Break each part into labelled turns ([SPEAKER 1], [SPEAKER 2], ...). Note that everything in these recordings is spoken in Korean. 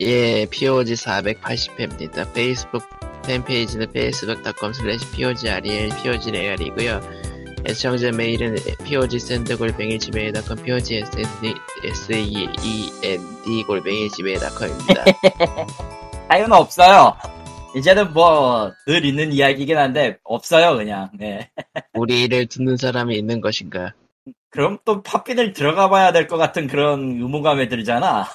[SPEAKER 1] 예, POG 480회입니다. 페이스북 팬페이지는 facebook.com slash POGREL, POGREL이고요. 애청자 메일은 POG샌드골뱅이 지메일.com, POGSEND 골뱅이 지메일.com입니다.
[SPEAKER 2] 사연 없어요. 이제는 뭐 늘 있는 이야기긴 한데 없어요 그냥. 네.
[SPEAKER 1] 우리를 듣는 사람이 있는 것인가?
[SPEAKER 2] 그럼 또 팝핀을 들어가 봐야 될 것 같은 그런 의무감에 들잖아.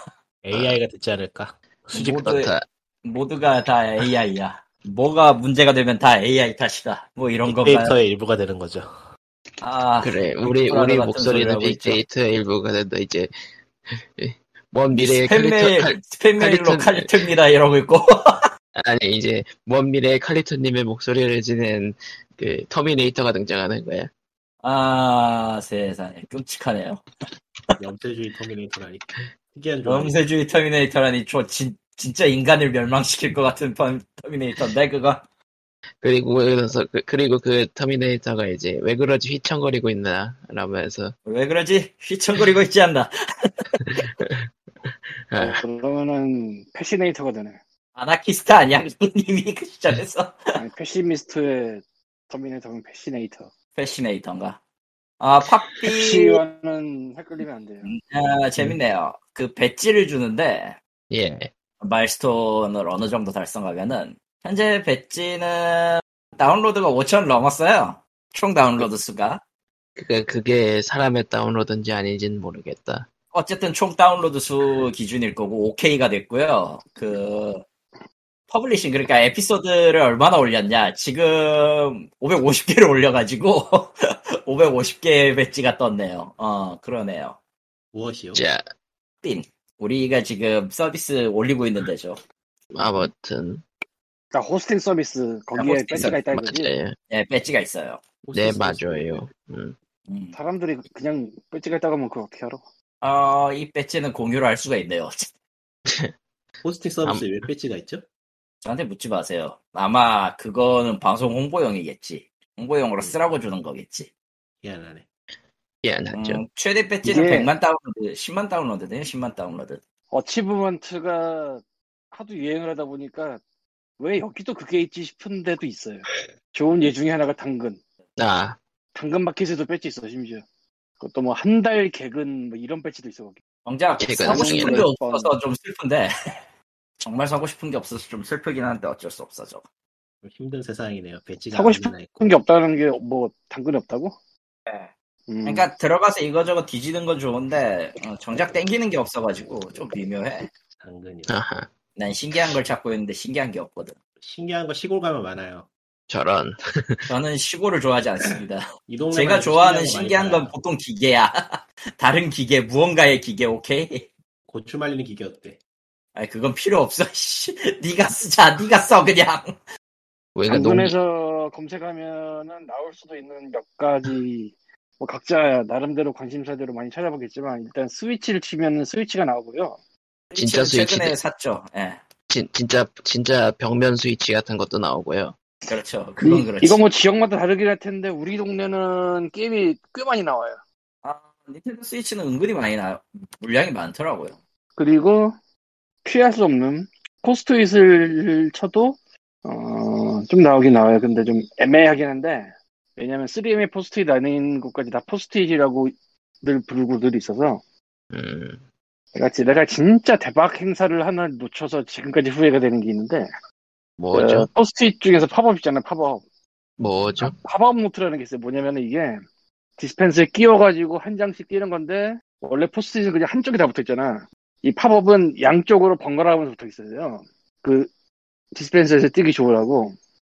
[SPEAKER 3] AI가 듣지 않을까?
[SPEAKER 1] 수직
[SPEAKER 2] 모두의-
[SPEAKER 1] 그렇다.
[SPEAKER 2] 모두가 다 AI야. 뭐가 문제가 되면 다 AI 탓이다. 뭐 이런 건가요?
[SPEAKER 3] 빅데이터의 일부가 되는 거죠.
[SPEAKER 2] 아,
[SPEAKER 1] 그래, 우리, 우리
[SPEAKER 2] 그거랑 같은 소리를
[SPEAKER 1] 목소리는
[SPEAKER 2] 하고 있죠.
[SPEAKER 1] 빅데이터의 일부가 된다, 이제. 먼 미래의
[SPEAKER 2] 스팸 메일,
[SPEAKER 1] 칼리토, 칼-
[SPEAKER 2] 스팸 메일로
[SPEAKER 1] 칼리턴-
[SPEAKER 2] 칼리트입니다 이러고 있고.
[SPEAKER 1] 아니, 이제, 먼 미래의 칼리토님의 목소리를 지낸 그, 터미네이터가 등장하는 거야.
[SPEAKER 2] 아, 세상에. 끔찍하네요.
[SPEAKER 3] 염세주의 터미네이터라니. 특이한 조합이.
[SPEAKER 2] 염세주의 터미네이터라니, 저 진, 진짜 인간을 멸망시킬 것 같은 펀- 터미네이터인데, 그거.
[SPEAKER 1] 그리고 그래서 그, 그리고 그 터미네이터가 이제 왜 그러지 휘청거리고 있나 라면서
[SPEAKER 2] 왜 그러지? 휘청거리고 있지 않나.
[SPEAKER 1] 아,
[SPEAKER 4] 어, 그러면은 패시네이터가 되네.
[SPEAKER 2] 아나키스트 아니야, 님이 그 시점에서.
[SPEAKER 4] 아니, 패시미스트의 터미네이터는 패시네이터.
[SPEAKER 2] 패시네이터인가. 아, 팝비,
[SPEAKER 4] 패시와는 헷갈리면 안 돼요.
[SPEAKER 2] 아, 재밌네요. 그 배지를 주는데,
[SPEAKER 1] 예
[SPEAKER 2] 마일스톤을 어느 정도 달성하면은, 현재 배지는 다운로드가 5천 넘었어요. 총 다운로드 수가.
[SPEAKER 1] 그게 그게 사람의 다운로드인지 아닌지는 모르겠다
[SPEAKER 2] 어쨌든 총 다운로드 수 기준일 거고 OK가 됐고요. 그 퍼블리싱 그러니까 에피소드를 얼마나 올렸냐? 지금 550개를 올려가지고 550개의 배지가 떴네요. 어 그러네요.
[SPEAKER 3] 무엇이요?
[SPEAKER 1] 자
[SPEAKER 2] 삔 우리가 지금 서비스 올리고 있는 데죠.
[SPEAKER 1] 아무튼
[SPEAKER 4] 그러니까 호스팅 서비스
[SPEAKER 2] 야,
[SPEAKER 4] 거기에
[SPEAKER 2] 호스팅
[SPEAKER 4] 패시가 있다는 거지.
[SPEAKER 1] 맞아요
[SPEAKER 2] 네 배지가 있어요.
[SPEAKER 1] 네 맞아요 음.
[SPEAKER 2] 음.
[SPEAKER 4] 사람들이 그냥 패시가 있다고 하면 그걸 어떻게 알아?
[SPEAKER 2] 어이 배지는 공유를 할 수가 있네요.
[SPEAKER 3] 호스팅 서비스에 왜 배지가 있죠?
[SPEAKER 2] 저한테 묻지 마세요. 아마 그거는 방송 홍보용이겠지. 홍보용으로 쓰라고 주는 거겠지.
[SPEAKER 3] 미안하네.
[SPEAKER 1] 미안하죠
[SPEAKER 2] 음, 최대 배지는
[SPEAKER 4] 이게-
[SPEAKER 2] 100만 다운로드, 10만 다운로드네요, 10만 다운로드.
[SPEAKER 4] 어치브먼트가 하도 유행을 하다 보니까 왜 여기도 그게 있지 싶은 데도 있어요. 좋은 예 중에 하나가 당근.
[SPEAKER 1] 아
[SPEAKER 4] 당근 마켓에도 배지 있어 심지어. 그것도 뭐 한 달 개근 뭐 이런 배지도 있어 거기.
[SPEAKER 2] 정작
[SPEAKER 1] 제가
[SPEAKER 2] 사고 싶은 게
[SPEAKER 4] 나중에는
[SPEAKER 2] 없어서 좀 슬픈데 정말 사고 싶은 게 없어서 좀 슬프긴 한데 어쩔 수 없어 저.
[SPEAKER 3] 좀 힘든 세상이네요. 배지가
[SPEAKER 4] 사고
[SPEAKER 3] 안
[SPEAKER 4] 싶은
[SPEAKER 3] 있나 있고.
[SPEAKER 4] 게 없다는 게 뭐 당근이 없다고?
[SPEAKER 2] 네.
[SPEAKER 4] 음.
[SPEAKER 2] 그러니까 들어가서 이거저거 뒤지는 건 좋은데 어, 정작 땡기는 게 없어가지고 좀 미묘해.
[SPEAKER 3] 당근이.
[SPEAKER 1] 아하
[SPEAKER 2] 난 신기한 걸 찾고 있는데 신기한 게 없거든.
[SPEAKER 3] 신기한 거 시골 가면 많아요.
[SPEAKER 1] 저런
[SPEAKER 2] 저는 시골을 좋아하지 않습니다.
[SPEAKER 3] 이 동네
[SPEAKER 2] 제가 좋아하는 신기한 건 보통 기계야. 다른 기계, 무언가의 기계, 오케이?
[SPEAKER 3] 고추 말리는 기계 어때?
[SPEAKER 2] 아 그건 필요 없어. 씨. 네가 쓰자, 네가 써 그냥.
[SPEAKER 1] 왜 그 농...
[SPEAKER 4] 당근에서 검색하면은 나올 수도 있는 몇 가지 뭐 각자 나름대로 관심사대로 많이 찾아보겠지만 일단 스위치를 치면은 스위치가 나오고요.
[SPEAKER 1] 진짜
[SPEAKER 2] 최근에
[SPEAKER 1] 스위치네.
[SPEAKER 2] 샀죠. 예.
[SPEAKER 1] 진, 진짜 진짜 벽면 스위치 같은 것도 나오고요
[SPEAKER 2] 그렇죠. 그건
[SPEAKER 4] 이-
[SPEAKER 2] 그렇지.
[SPEAKER 4] 이거 뭐 지역마다 다르긴 할 텐데 우리 동네는 게임이 꽤 많이 나와요.
[SPEAKER 2] 아, 닌텐도 스위치는 은근히 많이 나 물량이 많더라고요.
[SPEAKER 4] 그리고 피할 수 없는 코스트잇을 쳐도 어, 좀 나오긴 나와요. 근데 좀 애매하긴 한데 왜냐면 3M의 포스트잇 아닌 것까지 다 포스트잇이라고 늘 부르고 늘 있어서
[SPEAKER 1] 음
[SPEAKER 4] 내가, 지- 내가 진짜 대박 행사를 하나 놓쳐서 지금까지 후회가 되는 게 있는데
[SPEAKER 1] 뭐죠
[SPEAKER 4] 어, 포스트잇 중에서 팝업 있잖아요 팝업 그,
[SPEAKER 1] 뭐죠
[SPEAKER 4] 팝업 노트라는 게 있어요 뭐냐면 이게 디스펜서에 끼워가지고 한 장씩 끼는 건데 원래 포스트잇은 그냥 한쪽에 다 붙어있잖아 이 팝업은 양쪽으로 번갈아 가면서 붙어있어요 그 디스펜서에서 띄기 좋으라고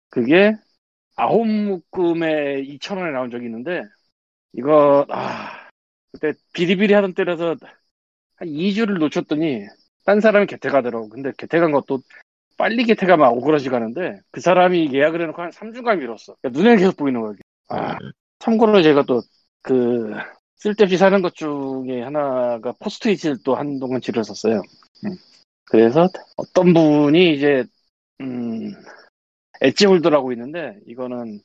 [SPEAKER 4] 그게 아홉 묶음에 2,000원에 나온 적이 있는데 이거 아 그때 비리비리 하던 때라서 한 2주를 놓쳤더니 딴 사람이 개태 가더라고 근데 개태 간 것도 빨리 개태 가면 오그라지 가는데 그 사람이 예약을 해놓고 한 3주간 미뤘어 그러니까 눈에 계속 보이는 거야 이게. 아
[SPEAKER 1] 음,
[SPEAKER 4] 참고로 제가 또 그 쓸데없이 사는 것 중에 하나가 포스트잇을 또 한동안 지르셨어요. 음. 그래서 어떤 분이 이제 음, 엣지 홀더라고 있는데 이거는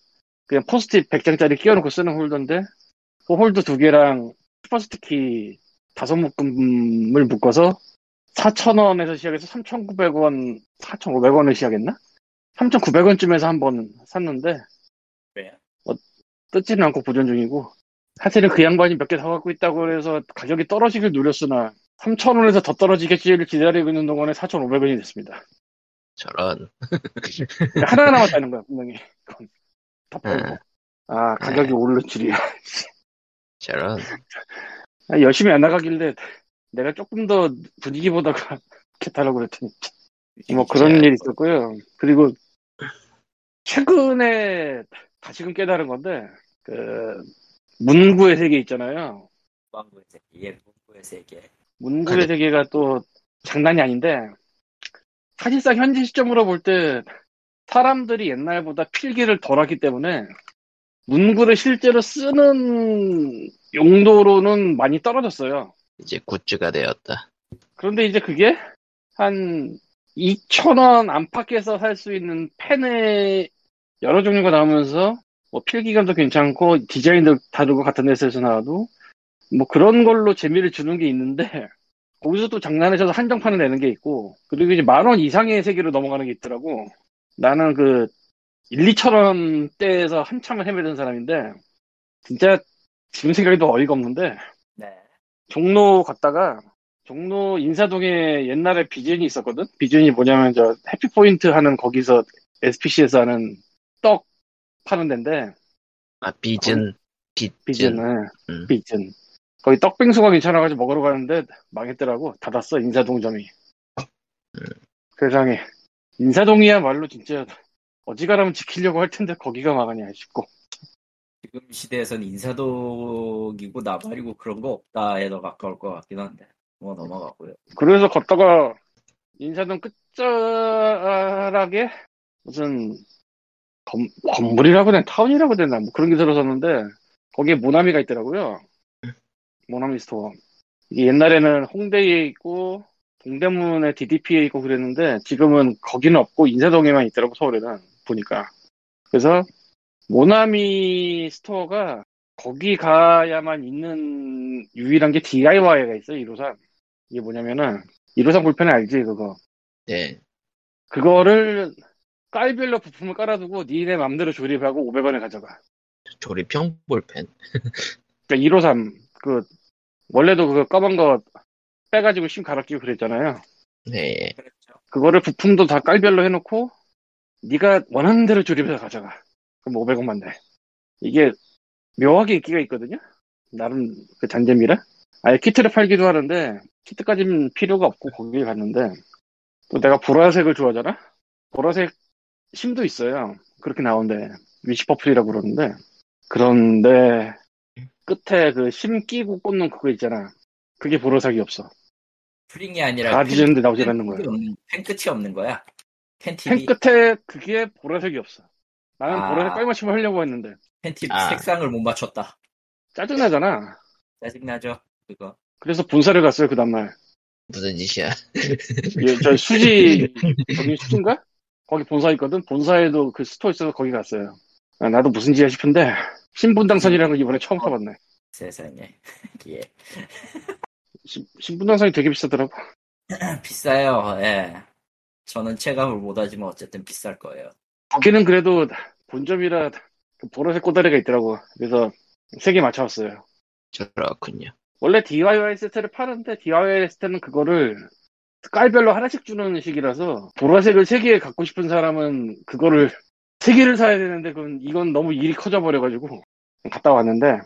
[SPEAKER 4] 그냥 포스트잇 100장짜리 끼워놓고 쓰는 홀더인데 그 홀더 두 개랑 슈퍼스티키 다섯 묶음을 묶어서 4,000원에서 시작해서 3,900원, 4,500원을 시작했나? 3,900원쯤에서 한번 샀는데
[SPEAKER 2] 왜요?
[SPEAKER 4] 뭐, 뜯지는 않고 보존 중이고 사실은 그 양반이 몇 개 사갖고 있다고 해서 가격이 떨어지길 누렸으나 3,000원에서 더 떨어지겠지를 기다리고 있는 동안에 4,500원이 됐습니다.
[SPEAKER 1] 저런.
[SPEAKER 4] 그러니까 하나 남았다는 거야 분명히. 그건 다 팔고.
[SPEAKER 1] 아.
[SPEAKER 4] 아 가격이 오를 줄이야.
[SPEAKER 1] 저런.
[SPEAKER 4] 아, 열심히 안 나가길래 내가 조금 더 분위기 보다가 좋겠다라고 그랬더니 뭐 그런 일이 있었고요. 그리고 최근에 다시금 깨달은 건데 그 문구의 세계 있잖아요.
[SPEAKER 2] 문구의 세계. 예, 문구의 세계.
[SPEAKER 4] 문구의
[SPEAKER 1] 네.
[SPEAKER 4] 세계가 또 장난이 아닌데 사실상 현재 시점으로 볼 때 사람들이 옛날보다 필기를 덜하기 때문에 문구를 실제로 쓰는 용도로는 많이 떨어졌어요.
[SPEAKER 1] 이제 굿즈가 되었다.
[SPEAKER 4] 그런데 이제 그게 한 2,000원 안팎에서 살 수 있는 펜의 여러 종류가 나오면서 뭐 필기감도 괜찮고 디자인도 다르고 같은 회사에서 나와도 뭐 그런 걸로 재미를 주는 게 있는데 거기서 또 장난해서 한정판을 내는 게 있고 그리고 이제 만 원 이상의 세계로 넘어가는 게 있더라고 나는 그 1, 2천 원대에서 한참을 헤매던 사람인데 진짜 지금 생각해도 어이가 없는데
[SPEAKER 2] 네.
[SPEAKER 4] 종로 갔다가 종로 인사동에 옛날에 비전이 있었거든. 비전이 뭐냐면 저 해피포인트 하는 거기서 SPC에서 하는 떡 파는 데인데
[SPEAKER 1] 아,
[SPEAKER 4] 네.
[SPEAKER 1] 빚은. 빚은.
[SPEAKER 4] 비전은 네.
[SPEAKER 1] 음.
[SPEAKER 4] 비전 거기 떡빙수가 괜찮아가지고 먹으러 가는데 망했더라고. 닫았어 인사동점이.
[SPEAKER 1] 음.
[SPEAKER 4] 세상에 인사동이야말로 진짜 어지간하면 지키려고 할 텐데 거기가 망하냐 싶고
[SPEAKER 2] 지금 시대에선 인사동이고 나발이고 그런 거 없다에 더 가까울 것 같긴 한데. 뭐 넘어가고요.
[SPEAKER 4] 그래서 걷다가 인사동 끝자락에 무슨 건, 건물이라고 되나 타운이라고 되나 뭐 그런 게 들어섰는데 거기에 모나미가 있더라고요. 모나미 스토어. 이게 옛날에는 홍대에 있고 동대문에 DDP에 있고 그랬는데 지금은 거기는 없고 인사동에만 있더라고 서울에는 보니까. 그래서 모나미 스토어가 거기 가야만 있는 유일한 게 DIY가 있어요 1호선. 이게 뭐냐면은 1호선 불펜 알지 그거
[SPEAKER 1] 네.
[SPEAKER 4] 그거를 깔별로 부품을 깔아두고 니네 맘대로 조립하고 500원에 가져가
[SPEAKER 1] 조립형 볼펜.
[SPEAKER 4] 그러니까 1호선 그 원래도 그거 까만 거 빼가지고 심 갈아 끼고 그랬잖아요
[SPEAKER 1] 네.
[SPEAKER 2] 그렇죠.
[SPEAKER 4] 그거를 부품도 다 깔별로 해놓고 네가 원하는 대로 조립해서 가져가 그럼 500원만 내 이게 묘하게 인기가 있거든요 나름 그 잔재미라 아예 키트를 팔기도 하는데 키트까지는 필요가 없고 거기에 갔는데 또 내가 보라색을 좋아하잖아 보라색 심도 있어요 그렇게 나오는데 위치 퍼플이라고 그러는데 그런데 끝에 그 심 끼고 꽂는 그거 있잖아 그게 보라색이 없어
[SPEAKER 2] 프링이 아니라.
[SPEAKER 4] 다
[SPEAKER 2] 팬-
[SPEAKER 4] 뒤졌는데 나오질 않는 거야
[SPEAKER 2] 팬 끝이 없는- 팬 끝이 없는 거야. 팬티비.
[SPEAKER 4] 펜 끝에 그게 보라색이 없어. 나는
[SPEAKER 2] 아.
[SPEAKER 4] 보라색 깔맞춤 하려고 했는데
[SPEAKER 2] 팬티
[SPEAKER 1] 아.
[SPEAKER 2] 색상을 못 맞췄다.
[SPEAKER 4] 짜증나잖아.
[SPEAKER 2] 짜증나죠. 그거.
[SPEAKER 4] 그래서 본사를 갔어요 그 다음날.
[SPEAKER 1] 무슨 짓이야.
[SPEAKER 4] 예, 저 수지 거기 수지인가? 거기 본사 있거든. 본사에도 그 스토어 있어서 거기 갔어요. 아, 나도 무슨 짓이야 싶은데 신분당선이라는 걸 이번에 처음 타봤네.
[SPEAKER 2] 세상에. 예.
[SPEAKER 4] 신- 신분당선이 되게 비싸더라고.
[SPEAKER 2] 비싸요. 예. 저는 체감을 못하지만 어쨌든 비쌀 거예요.
[SPEAKER 4] 거기는 그래도 본점이라 그 보라색 꼬다리가 있더라고. 그래서 세 개 맞춰왔어요.
[SPEAKER 1] 저렇군요.
[SPEAKER 4] 원래 DIY 세트를 파는데 DIY 세트는 그거를 깔별로 하나씩 주는 식이라서 보라색을 세 개 갖고 싶은 사람은 그거를 세 개를 사야 되는데 그건 이건 너무 일이 커져버려가지고 갔다 왔는데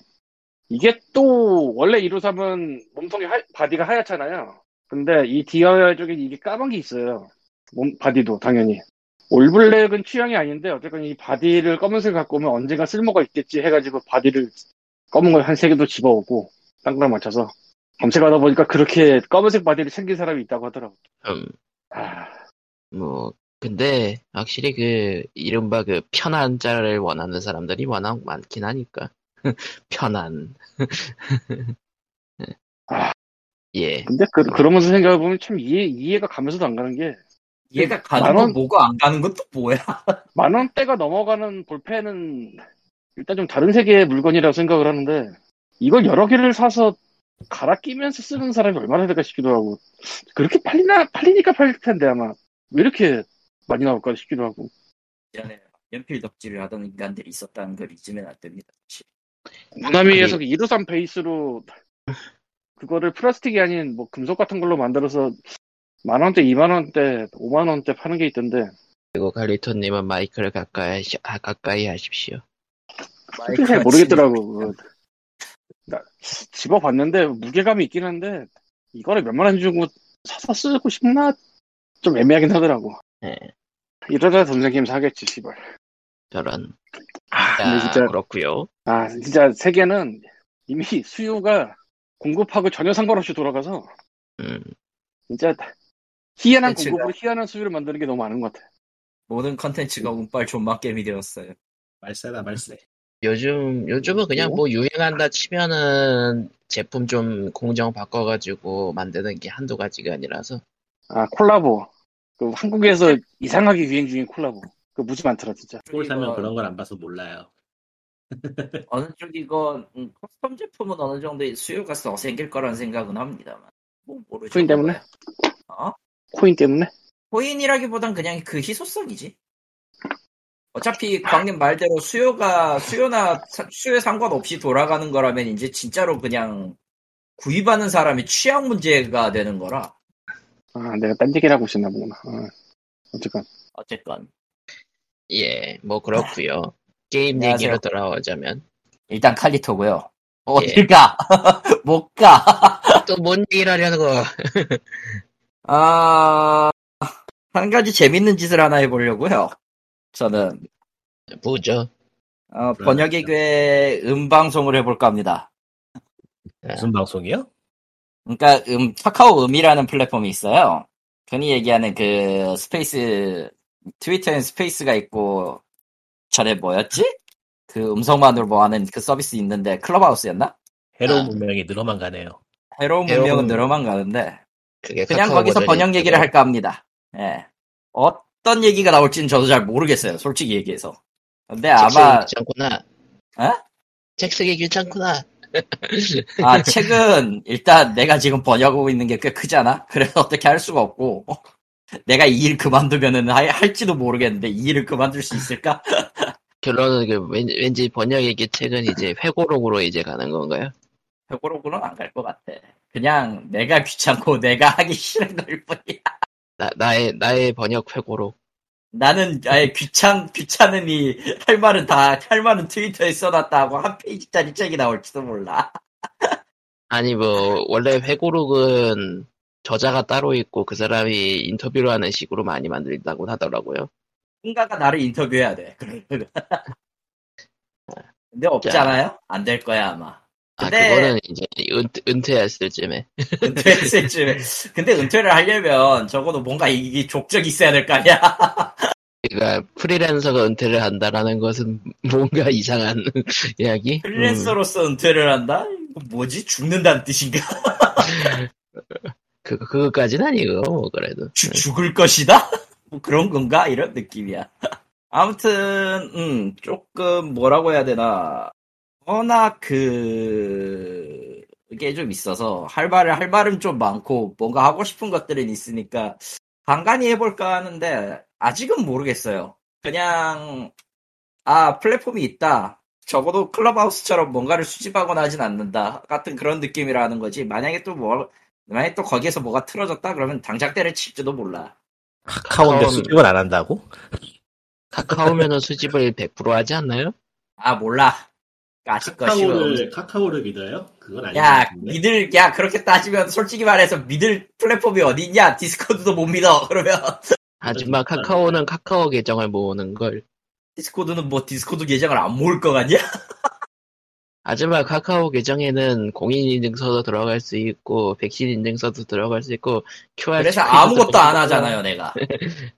[SPEAKER 4] 이게 또 원래 153은 몸통이 하- 바디가 하얗잖아요. 근데 이 DIY 쪽에 이게 까만 게 있어요. 몸 바디도 당연히 올블랙은 취향이 아닌데 어쨌건 이 바디를 검은색 갖고 오면 언젠가 쓸모가 있겠지 해가지고 바디를 검은 걸 한 세 개도 집어오고 딴 거랑 맞춰서 검색하다 보니까 그렇게 검은색 바디를 챙긴 사람이 있다고 하더라고.
[SPEAKER 1] 음,
[SPEAKER 4] 아,
[SPEAKER 1] 뭐, 근데 확실히 그, 이른바 그 편한 자를 원하는 사람들이 워낙 많긴 하니까. 편한.
[SPEAKER 4] 아.
[SPEAKER 1] 예.
[SPEAKER 4] 근데 그, 그러면서 생각해보면 참 이해, 이해가 가면서도 안 가는 게,
[SPEAKER 2] 얘가 가는
[SPEAKER 4] 음, 만원?
[SPEAKER 2] 건 뭐고 안 가는 건 또 뭐야?
[SPEAKER 4] 만 원대가 넘어가는 볼펜은 일단 좀 다른 세계의 물건이라고 생각을 하는데, 이걸 여러 개를 사서 갈아 끼면서 쓰는 사람이 얼마나 될까 싶기도 하고 그렇게 팔리나 팔리니까 팔릴 텐데 아마 왜 이렇게 많이 나올까 싶기도 하고
[SPEAKER 2] 전에 연필 덕질을 하던 인간들이 있었다는 걸 잊으면 안 됩니다.
[SPEAKER 4] 무나미에서 223 베이스로 그거를 플라스틱이 아닌 뭐 금속 같은 걸로 만들어서 만 원대, 2만 원대, 5만 원대 파는 게 있던데
[SPEAKER 1] 그리고 갈리토님은 마이크를 가까이, 하시- 아, 가까이 하십시오.
[SPEAKER 4] 그잘 모르겠더라고. 그거. 나 집어봤는데 무게감이 있긴 한데 이거를 몇만 원 주고 사서 쓰고 싶나 좀 애매하긴 하더라고.
[SPEAKER 1] 네.
[SPEAKER 4] 이러다 돈 생기면 사겠지, 씨발.
[SPEAKER 1] 저런.
[SPEAKER 4] 아, 근데
[SPEAKER 1] 자,
[SPEAKER 4] 진짜
[SPEAKER 1] 그렇고요
[SPEAKER 4] 아 진짜 세계는 이미 수요가 공급하고 전혀 상관없이 돌아가서
[SPEAKER 1] 음,
[SPEAKER 4] 진짜 희한한
[SPEAKER 2] 그치.
[SPEAKER 4] 공급으로 희한한 수요를 만드는 게 너무 많은 것 같아.
[SPEAKER 2] 모든 컨텐츠가
[SPEAKER 4] 음.
[SPEAKER 2] 운빨 존맛 게임이 되었어요.
[SPEAKER 3] 말세다
[SPEAKER 2] 음,
[SPEAKER 3] 말세.
[SPEAKER 1] 요즘, 요즘은 그냥 뭐 유행한다 치면은 제품 좀 공정 바꿔가지고 만드는 게 한두 가지가 아니라서.
[SPEAKER 4] 아 콜라보. 그 한국에서
[SPEAKER 1] 네.
[SPEAKER 4] 이상하게 유행 중인 콜라보. 그 무지 많더라 진짜.
[SPEAKER 3] 시골 사면
[SPEAKER 2] 이거
[SPEAKER 3] 그런 걸 안 봐서 몰라요.
[SPEAKER 2] 어느 쪽이건 음, 커스텀 제품은 어느 정도 수요가 더 생길 거란 생각은 합니다만. 뭐 모르죠.
[SPEAKER 4] 코인 때문에?
[SPEAKER 2] 어?
[SPEAKER 4] 코인 때문에?
[SPEAKER 2] 코인이라기보단 그냥 그 희소성이지. 어차피 광님 말대로 수요가 수요나 사- 수요에 상관없이 돌아가는 거라면 이제 진짜로 그냥 구입하는 사람이 취향 문제가 되는 거라.
[SPEAKER 4] 아 내가 딴 얘기를 하고 있었나 보구나. 아, 어쨌건
[SPEAKER 2] 어쨌건
[SPEAKER 1] 예, 뭐 그렇고요 게임
[SPEAKER 2] 네, 안녕하세요.
[SPEAKER 1] 얘기로 돌아오자면.
[SPEAKER 2] 일단 칼리토고요. 어딜 가? 못 가.
[SPEAKER 1] 또 뭔 얘기를 하려는 거.
[SPEAKER 2] 아, 한 가지 재밌는 짓을 하나 해보려고요. 저는
[SPEAKER 1] 뭐죠?
[SPEAKER 2] 어, 번역의 괴 음방송을 해볼까 합니다.
[SPEAKER 1] 무슨
[SPEAKER 3] 방송이요?
[SPEAKER 2] 그러니까 음 카카오 음이라는 플랫폼이 있어요. 흔히 얘기하는 그 스페이스 트위터엔 스페이스가 있고 전에 뭐였지? 그 음성만으로 뭐 하는 그 서비스 있는데 클럽하우스였나?
[SPEAKER 1] 해로운
[SPEAKER 3] 문명이 늘어만 가네요.
[SPEAKER 2] 해로운
[SPEAKER 1] 해로운-
[SPEAKER 2] 문명은 늘어만 가는데
[SPEAKER 1] 그게
[SPEAKER 2] 그냥
[SPEAKER 1] 카카오
[SPEAKER 2] 거기서
[SPEAKER 1] 버전이
[SPEAKER 2] 번역 얘기를
[SPEAKER 1] 있고요.
[SPEAKER 2] 할까 합니다. 예. 어떤 얘기가 나올지는 저도 잘 모르겠어요. 솔직히 얘기해서. 근데
[SPEAKER 1] 책 쓰기
[SPEAKER 2] 아마
[SPEAKER 1] 귀찮구나.
[SPEAKER 2] 어?
[SPEAKER 1] 책 쓰기 귀찮구나.
[SPEAKER 2] 아, 책은 일단 내가 지금 번역하고 있는 게 꽤 크잖아. 그래서 어떻게 할 수가 없고. 내가 이 일 그만두면은 하- 할지도 모르겠는데 이 일을 그만둘 수 있을까?
[SPEAKER 1] 결론은 그 왠, 왠지 번역 얘기 책은 이제 회고록으로 이제 가는 건가요?
[SPEAKER 2] 회고록으로는 안 갈 것 같아. 그냥 내가 귀찮고 내가 하기 싫은 걸 뿐이야.
[SPEAKER 1] 나, 나의 나의 번역 회고록.
[SPEAKER 2] 나는 아예 귀찮 귀찮음이 할 말은 다 할 말은 트위터에 써놨다고 한 페이지짜리 책이 나올지도 몰라.
[SPEAKER 1] 아니 뭐 원래 회고록은 저자가 따로 있고 그 사람이 인터뷰를 하는 식으로 많이 만들다고 하더라고요.
[SPEAKER 2] 누군가가 나를 인터뷰해야 돼. 근데 없잖아요? 안 될 거야 아마.
[SPEAKER 1] 아
[SPEAKER 2] 근데-
[SPEAKER 1] 그거는 이제 은, 퇴했을 쯤에
[SPEAKER 2] 은퇴했을 쯤에. 근데 은퇴를 하려면 적어도 뭔가 이게 족적이 있어야 될 거 아니야?
[SPEAKER 1] 그러니까 프리랜서가 은퇴를 한다라는 것은 뭔가 이상한 이야기. 음,
[SPEAKER 2] 프리랜서로서 은퇴를 한다? 이거 뭐지? 죽는다는 뜻인가?
[SPEAKER 1] 그 그거까지는 아니고 뭐 그래도.
[SPEAKER 2] 죽- 죽을 것이다? 뭐 그런 건가? 이런 느낌이야. 아무튼, 음, 조금 뭐라고 해야 되나. 워낙 그, 이게 좀 있어서, 할 말을, 할 말은 좀 많고, 뭔가 하고 싶은 것들은 있으니까, 간간히 해볼까 하는데, 아직은 모르겠어요. 그냥, 아, 플랫폼이 있다. 적어도 클럽하우스처럼 뭔가를 수집하거나 하진 않는다. 같은 그런 느낌이라는 거지. 만약에 또 뭐, 뭘, 만약에 또 거기에서 뭐가 틀어졌다 그러면 당장 때려칠지도 몰라.
[SPEAKER 1] 카카오는-
[SPEAKER 5] 카카오인데 수집을 안 한다고?
[SPEAKER 1] 카카오면은 수집을 100% 하지 않나요?
[SPEAKER 2] 아 몰라. 아직 거
[SPEAKER 3] 카카오를
[SPEAKER 2] 싫어.
[SPEAKER 3] 카카오를 믿어요? 그건 아닌 것
[SPEAKER 2] 야
[SPEAKER 3] 같은데.
[SPEAKER 2] 믿을 야 그렇게 따지면 솔직히 말해서 믿을 플랫폼이 어디 있냐? 디스코드도 못 믿어. 그러면
[SPEAKER 1] 아,
[SPEAKER 2] 네,
[SPEAKER 1] 하지만 카카오는 카카오 계정을 모으는 걸.
[SPEAKER 2] 디스코드는 뭐 디스코드 계정을 안 모을 거 같냐?
[SPEAKER 1] 하지만 카카오 계정에는 공인 인증서도 들어갈 수 있고 백신 인증서도 들어갈 수 있고 QR
[SPEAKER 2] 그래서
[SPEAKER 1] 스캔도
[SPEAKER 2] 아무것도 안
[SPEAKER 1] 들어가고
[SPEAKER 2] 하잖아요 내가.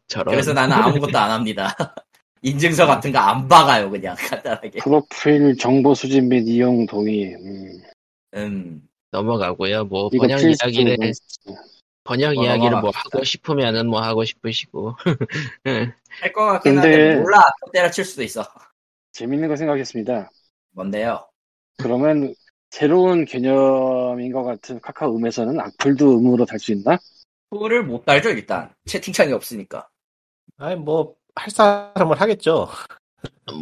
[SPEAKER 1] 저런.
[SPEAKER 2] 그래서 나는 아무것도 안 합니다. 인증서 같은 거 안 박아요 그냥
[SPEAKER 1] 예.
[SPEAKER 2] 간단하게.
[SPEAKER 4] 프로필 정보 수집 및 이용 동의. 음.
[SPEAKER 2] 음
[SPEAKER 1] 넘어가고요. 뭐
[SPEAKER 4] 이거
[SPEAKER 1] 번역
[SPEAKER 4] 필수.
[SPEAKER 1] 이야기를
[SPEAKER 4] 음.
[SPEAKER 1] 번역
[SPEAKER 2] 어,
[SPEAKER 1] 이야기를 뭐
[SPEAKER 2] 넘어갑시다.
[SPEAKER 1] 하고 싶으면은 뭐 하고 싶으시고 예.
[SPEAKER 2] 할 거 같긴
[SPEAKER 4] 근데-
[SPEAKER 2] 한데 몰라 또 때려칠 수도 있어.
[SPEAKER 4] 재밌는 거 생각했습니다.
[SPEAKER 2] 뭔데요?
[SPEAKER 4] 그러면 새로운 개념인 것 같은 카카오음에서는 악플도 음으로 달 수 있나?
[SPEAKER 2] 풀을 못 달죠 일단 채팅창이 없으니까.
[SPEAKER 5] 아니 뭐 할 사람은 하겠죠.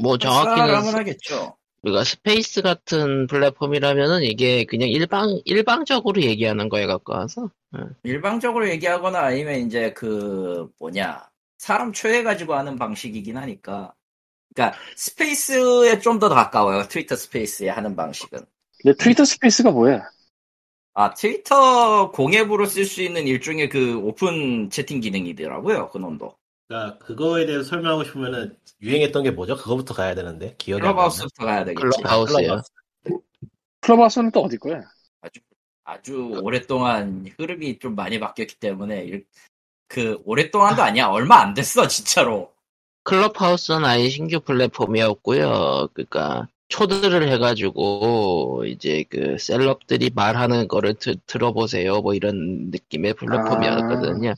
[SPEAKER 1] 뭐 정확히는
[SPEAKER 2] 아, 사람은 하겠죠.
[SPEAKER 1] 우리가 스페이스 같은 플랫폼이라면은 이게 그냥 일방 일방적으로 얘기하는 거에 가까워서
[SPEAKER 2] 일방적으로 얘기하거나 아니면 이제 그 뭐냐 사람 초해가지고 하는 방식이긴 하니까 그러니까 스페이스에 좀 더 가까워요 트위터 스페이스에 하는 방식은
[SPEAKER 4] 근데 트위터
[SPEAKER 1] 네.
[SPEAKER 4] 스페이스가 뭐야?
[SPEAKER 2] 아 트위터 공앱으로 쓸 수 있는 일종의 그 오픈 채팅 기능이더라고요 그놈도
[SPEAKER 3] 그러니까 그거에 대해서 설명하고 싶으면은
[SPEAKER 5] 유행했던 게 뭐죠? 그거부터 가야 되는데 기억이 안 나네.
[SPEAKER 2] 클럽하우스부터 가야 되겠지
[SPEAKER 1] 클럽하우스요.
[SPEAKER 4] 클럽하우스는 또 어디 거야?
[SPEAKER 2] 아주 아주 오랫동안 흐름이 좀 많이 바뀌었기 때문에 일- 그 오랫동안도 아니야 얼마 안 됐어 진짜로
[SPEAKER 1] 클럽하우스는 아예 신규 플랫폼이었고요. 그러니까 초대를 해가지고 이제 그 셀럽들이 말하는 거를 드- 들어보세요. 뭐 이런 느낌의 플랫폼이었거든요.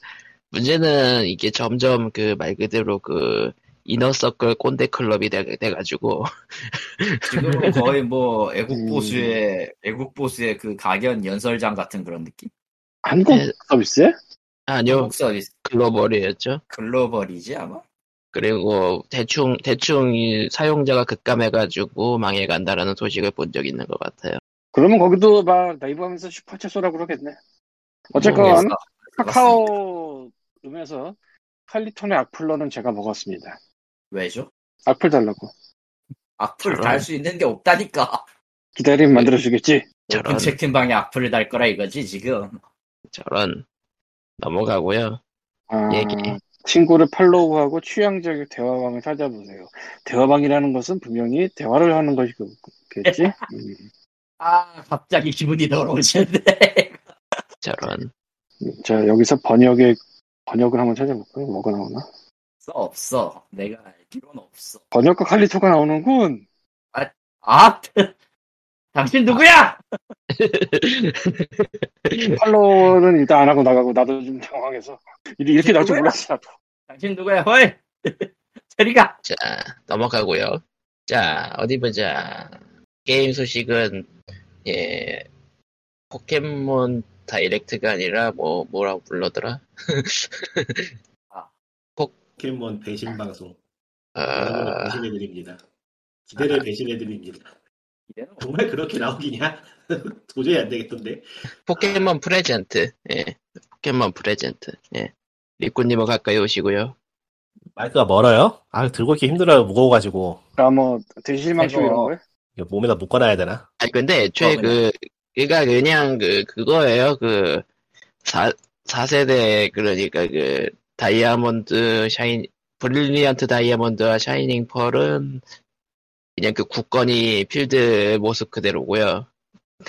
[SPEAKER 1] 문제는 이게 점점 그 말 그대로 그 이너서클 꼰대 클럽이 돼, 돼가지고
[SPEAKER 2] 지금은 거의 뭐 애국 보수의 애국 보수의 그 가견 연설장 같은 그런 느낌.
[SPEAKER 4] 한국
[SPEAKER 1] 네.
[SPEAKER 4] 서비스에?
[SPEAKER 1] 아니요
[SPEAKER 2] 한국 서비스
[SPEAKER 1] 글로벌이었죠.
[SPEAKER 2] 글로벌이지 아마.
[SPEAKER 1] 그리고 대충 대충 이 사용자가 급감해가지고 망해간다라는 소식을 본 적 있는 것 같아요.
[SPEAKER 4] 그러면 거기도 막 나이브 하면서 슈퍼챗 쏘라고 그러겠네.
[SPEAKER 1] 뭐,
[SPEAKER 2] 그래서
[SPEAKER 4] 어쨌건 카카오 음에서 칼리톤의 악플러는 제가 먹었습니다.
[SPEAKER 2] 왜죠?
[SPEAKER 4] 악플 달라고.
[SPEAKER 2] 악플
[SPEAKER 1] 저런.
[SPEAKER 2] 달수 있는 게 없다니까.
[SPEAKER 4] 기다림 만들어주겠지?
[SPEAKER 1] 저런.
[SPEAKER 2] 오픈 채팅방에 악플을 달 거라 이거지 지금.
[SPEAKER 1] 저런 넘어가고요.
[SPEAKER 4] 아,
[SPEAKER 2] 예,
[SPEAKER 1] 얘기.
[SPEAKER 4] 친구를 팔로우하고 취향적인 대화방을 찾아보세요. 대화방이라는 것은 분명히 대화를 하는 것이겠지? 음.
[SPEAKER 2] 아 갑자기 기분이 더러워지는데.
[SPEAKER 1] 저런
[SPEAKER 4] 자, 여기서 번역에, 번역을 한번 찾아볼까요? 뭐가 나오나?
[SPEAKER 2] 없어 없어. 내가 알기로는 없어.
[SPEAKER 4] 번역과 칼리토가 나오는군!
[SPEAKER 2] 아 당신 누구야? 예.
[SPEAKER 4] 팔로우는 일단 안 하고 나가고, 나도 좀 당황해서. 이리- 이렇게 나올 줄 몰랐어, 나도.
[SPEAKER 2] 당신 누구야? 헐. 저리가.
[SPEAKER 1] 자 넘어가고요. 자 어디 보자. 게임 소식은 예 포켓몬 다이렉트가 아니라 뭐 뭐라고 불러더라.
[SPEAKER 3] 포켓몬 배신 방송
[SPEAKER 1] 어,
[SPEAKER 3] 여러분을 배신해드립니다.
[SPEAKER 1] 아.
[SPEAKER 3] 기대를 배신해드립니다.
[SPEAKER 2] 이래는 없-
[SPEAKER 3] 정말 그렇게 나오기냐? 도저히 안 되겠던데.
[SPEAKER 1] 포켓몬 프레젠트. 예 포켓몬 프레젠트. 예 리꾸님은 가까이 오시고요.
[SPEAKER 5] 마이크가 멀어요? 아 들고 있기 힘들어요. 무거워가지고
[SPEAKER 4] 나 뭐, 대실망쇼 이런
[SPEAKER 2] 아이고.
[SPEAKER 4] 거야?
[SPEAKER 5] 이거 몸에다 묶어놔야 되나?
[SPEAKER 1] 아니 근데 애초에
[SPEAKER 2] 어,
[SPEAKER 1] 그 그가 그냥 그 그거예요 그 4, 4세대 그러니까 그 다이아몬드 샤인 브릴리언트 다이아몬드와 샤이닝 펄은 그냥 그 굳건히 필드 모습 그대로고요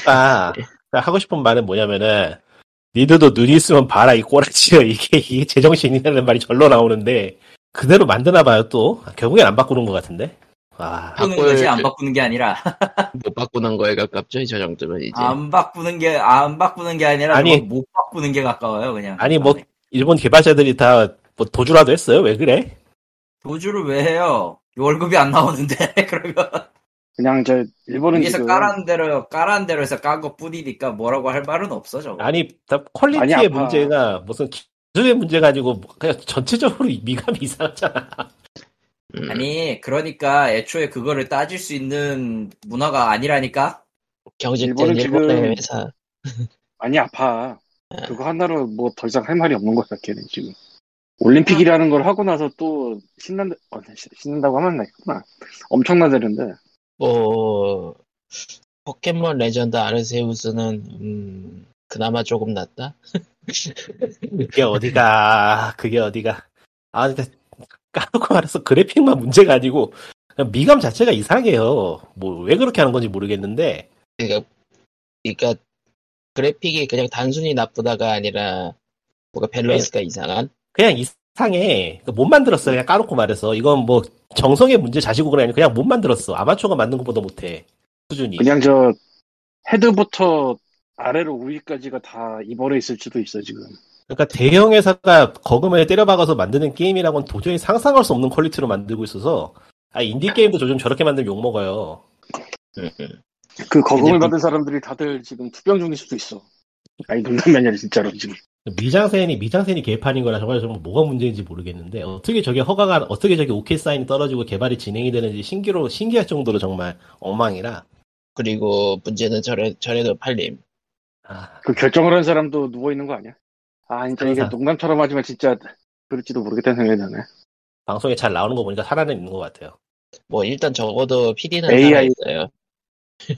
[SPEAKER 5] 아 그러니까 하고 싶은 말은 뭐냐면은 니들도 눈이 있으면 봐라 이 꼬라지요. 이게 이게 제정신이라는 말이 절로 나오는데 그대로 만드나 봐요 또 아, 결국엔 안 바꾸는 것 같은데. 아
[SPEAKER 1] 아,
[SPEAKER 2] 바꾸는 거지 안
[SPEAKER 1] 꼴-
[SPEAKER 2] 바꾸는 게 아니라.
[SPEAKER 1] 못 바꾸는 거에 가깝죠 저 정도면 이제
[SPEAKER 2] 안 바꾸는 게 안 바꾸는 게 아니라
[SPEAKER 5] 아니.
[SPEAKER 2] 아니 못 바꾸는 게 가까워요 그냥
[SPEAKER 5] 아니, 뭐-
[SPEAKER 4] 네.
[SPEAKER 5] 일본 개발자들이 다 뭐 도주라도 했어요? 왜 그래?
[SPEAKER 2] 도주를 왜 해요 월급이 안 나오는데 그러면
[SPEAKER 4] 그냥 저, 일본은
[SPEAKER 2] 위에서
[SPEAKER 4] 지금.
[SPEAKER 2] 까라는 대로 까라는 대로 해서 깐 것 뿐이니까 뭐라고 할 말은 없어 저거
[SPEAKER 5] 아니 다
[SPEAKER 4] 많이
[SPEAKER 5] 퀄리티의
[SPEAKER 4] 아파.
[SPEAKER 5] 문제가 무슨 기술의 문제가 아니고 뭐 그냥 전체적으로 미감이 이상하잖아.
[SPEAKER 1] 음,
[SPEAKER 2] 아니 그러니까 애초에 그거를 따질 수 있는 문화가 아니라니까
[SPEAKER 1] 경직된
[SPEAKER 4] 일본은
[SPEAKER 1] 일본의
[SPEAKER 4] 지금-
[SPEAKER 1] 회사
[SPEAKER 4] 많이 아파. 그거 하나로 뭐 더 이상 할 말이 없는 것 같기는 지금. 올림픽이라는 걸 하고 나서 또 신난다, 어, 시- 신난다고 하면 나겠구나. 엄청나다는데.
[SPEAKER 1] 뭐 포켓몬 레전드 아르세우스는 음, 그나마 조금 낫다
[SPEAKER 5] 그게 어디가 그게 어디가 아 근데 까놓고 말해서 그래픽만 문제가 아니고 그냥 미감 자체가 이상해요. 뭐 왜 그렇게 하는 건지 모르겠는데
[SPEAKER 1] 그러니까, 그러니까 그래픽이 그냥 단순히 나쁘다가 아니라 뭔가
[SPEAKER 5] 네.
[SPEAKER 1] 밸런스가 이상한
[SPEAKER 5] 그냥 이상해. 그러니까 못 만들었어. 그냥 까놓고 말해서 이건 뭐 정성의 문제 자시고 그래 아니 그냥 못 만들었어. 아마추어가 만든 것보다 못해 수준이.
[SPEAKER 4] 그냥 저, 헤드부터 아래로 우위까지가 다 입어려 있을 수도 있어, 지금.
[SPEAKER 5] 그러니까 대형 회사가 거금을 때려박아서 만드는 게임이라고는 도저히 상상할 수 없는 퀄리티로 만들고 있어서 아 인디 게임도 요즘 저렇게 만들면 욕 먹어요.
[SPEAKER 1] 음, 음.
[SPEAKER 4] 그 거금을
[SPEAKER 1] 근데
[SPEAKER 4] 받은 사람들이 다들 지금 투병 중일 수도 있어. 아니 농담이 아니라 진짜로 지금.
[SPEAKER 5] 미장센이 미장센이 개판인 거라 정말 정말 뭐가 문제인지 모르겠는데 어떻게 저게 허가가 어떻게 저게 오케이 사인이 떨어지고 개발이 진행이 되는지 신기로 신기할 정도로 정말 엉망이라
[SPEAKER 1] 그리고 문제는 저래, 저래도 팔림.
[SPEAKER 5] 아,
[SPEAKER 4] 그 결정을 한 사람도 누워 있는 거 아니야? 아 진짜 이게
[SPEAKER 5] 항상.
[SPEAKER 4] 농담처럼 하지만 진짜 그럴지도 모르겠다는 생각이 드네.
[SPEAKER 5] 방송에 잘 나오는 거 보니까 살아있는 것 같아요.
[SPEAKER 1] 뭐 일단 적어도 PD는
[SPEAKER 4] AI.
[SPEAKER 1] 살아있어요.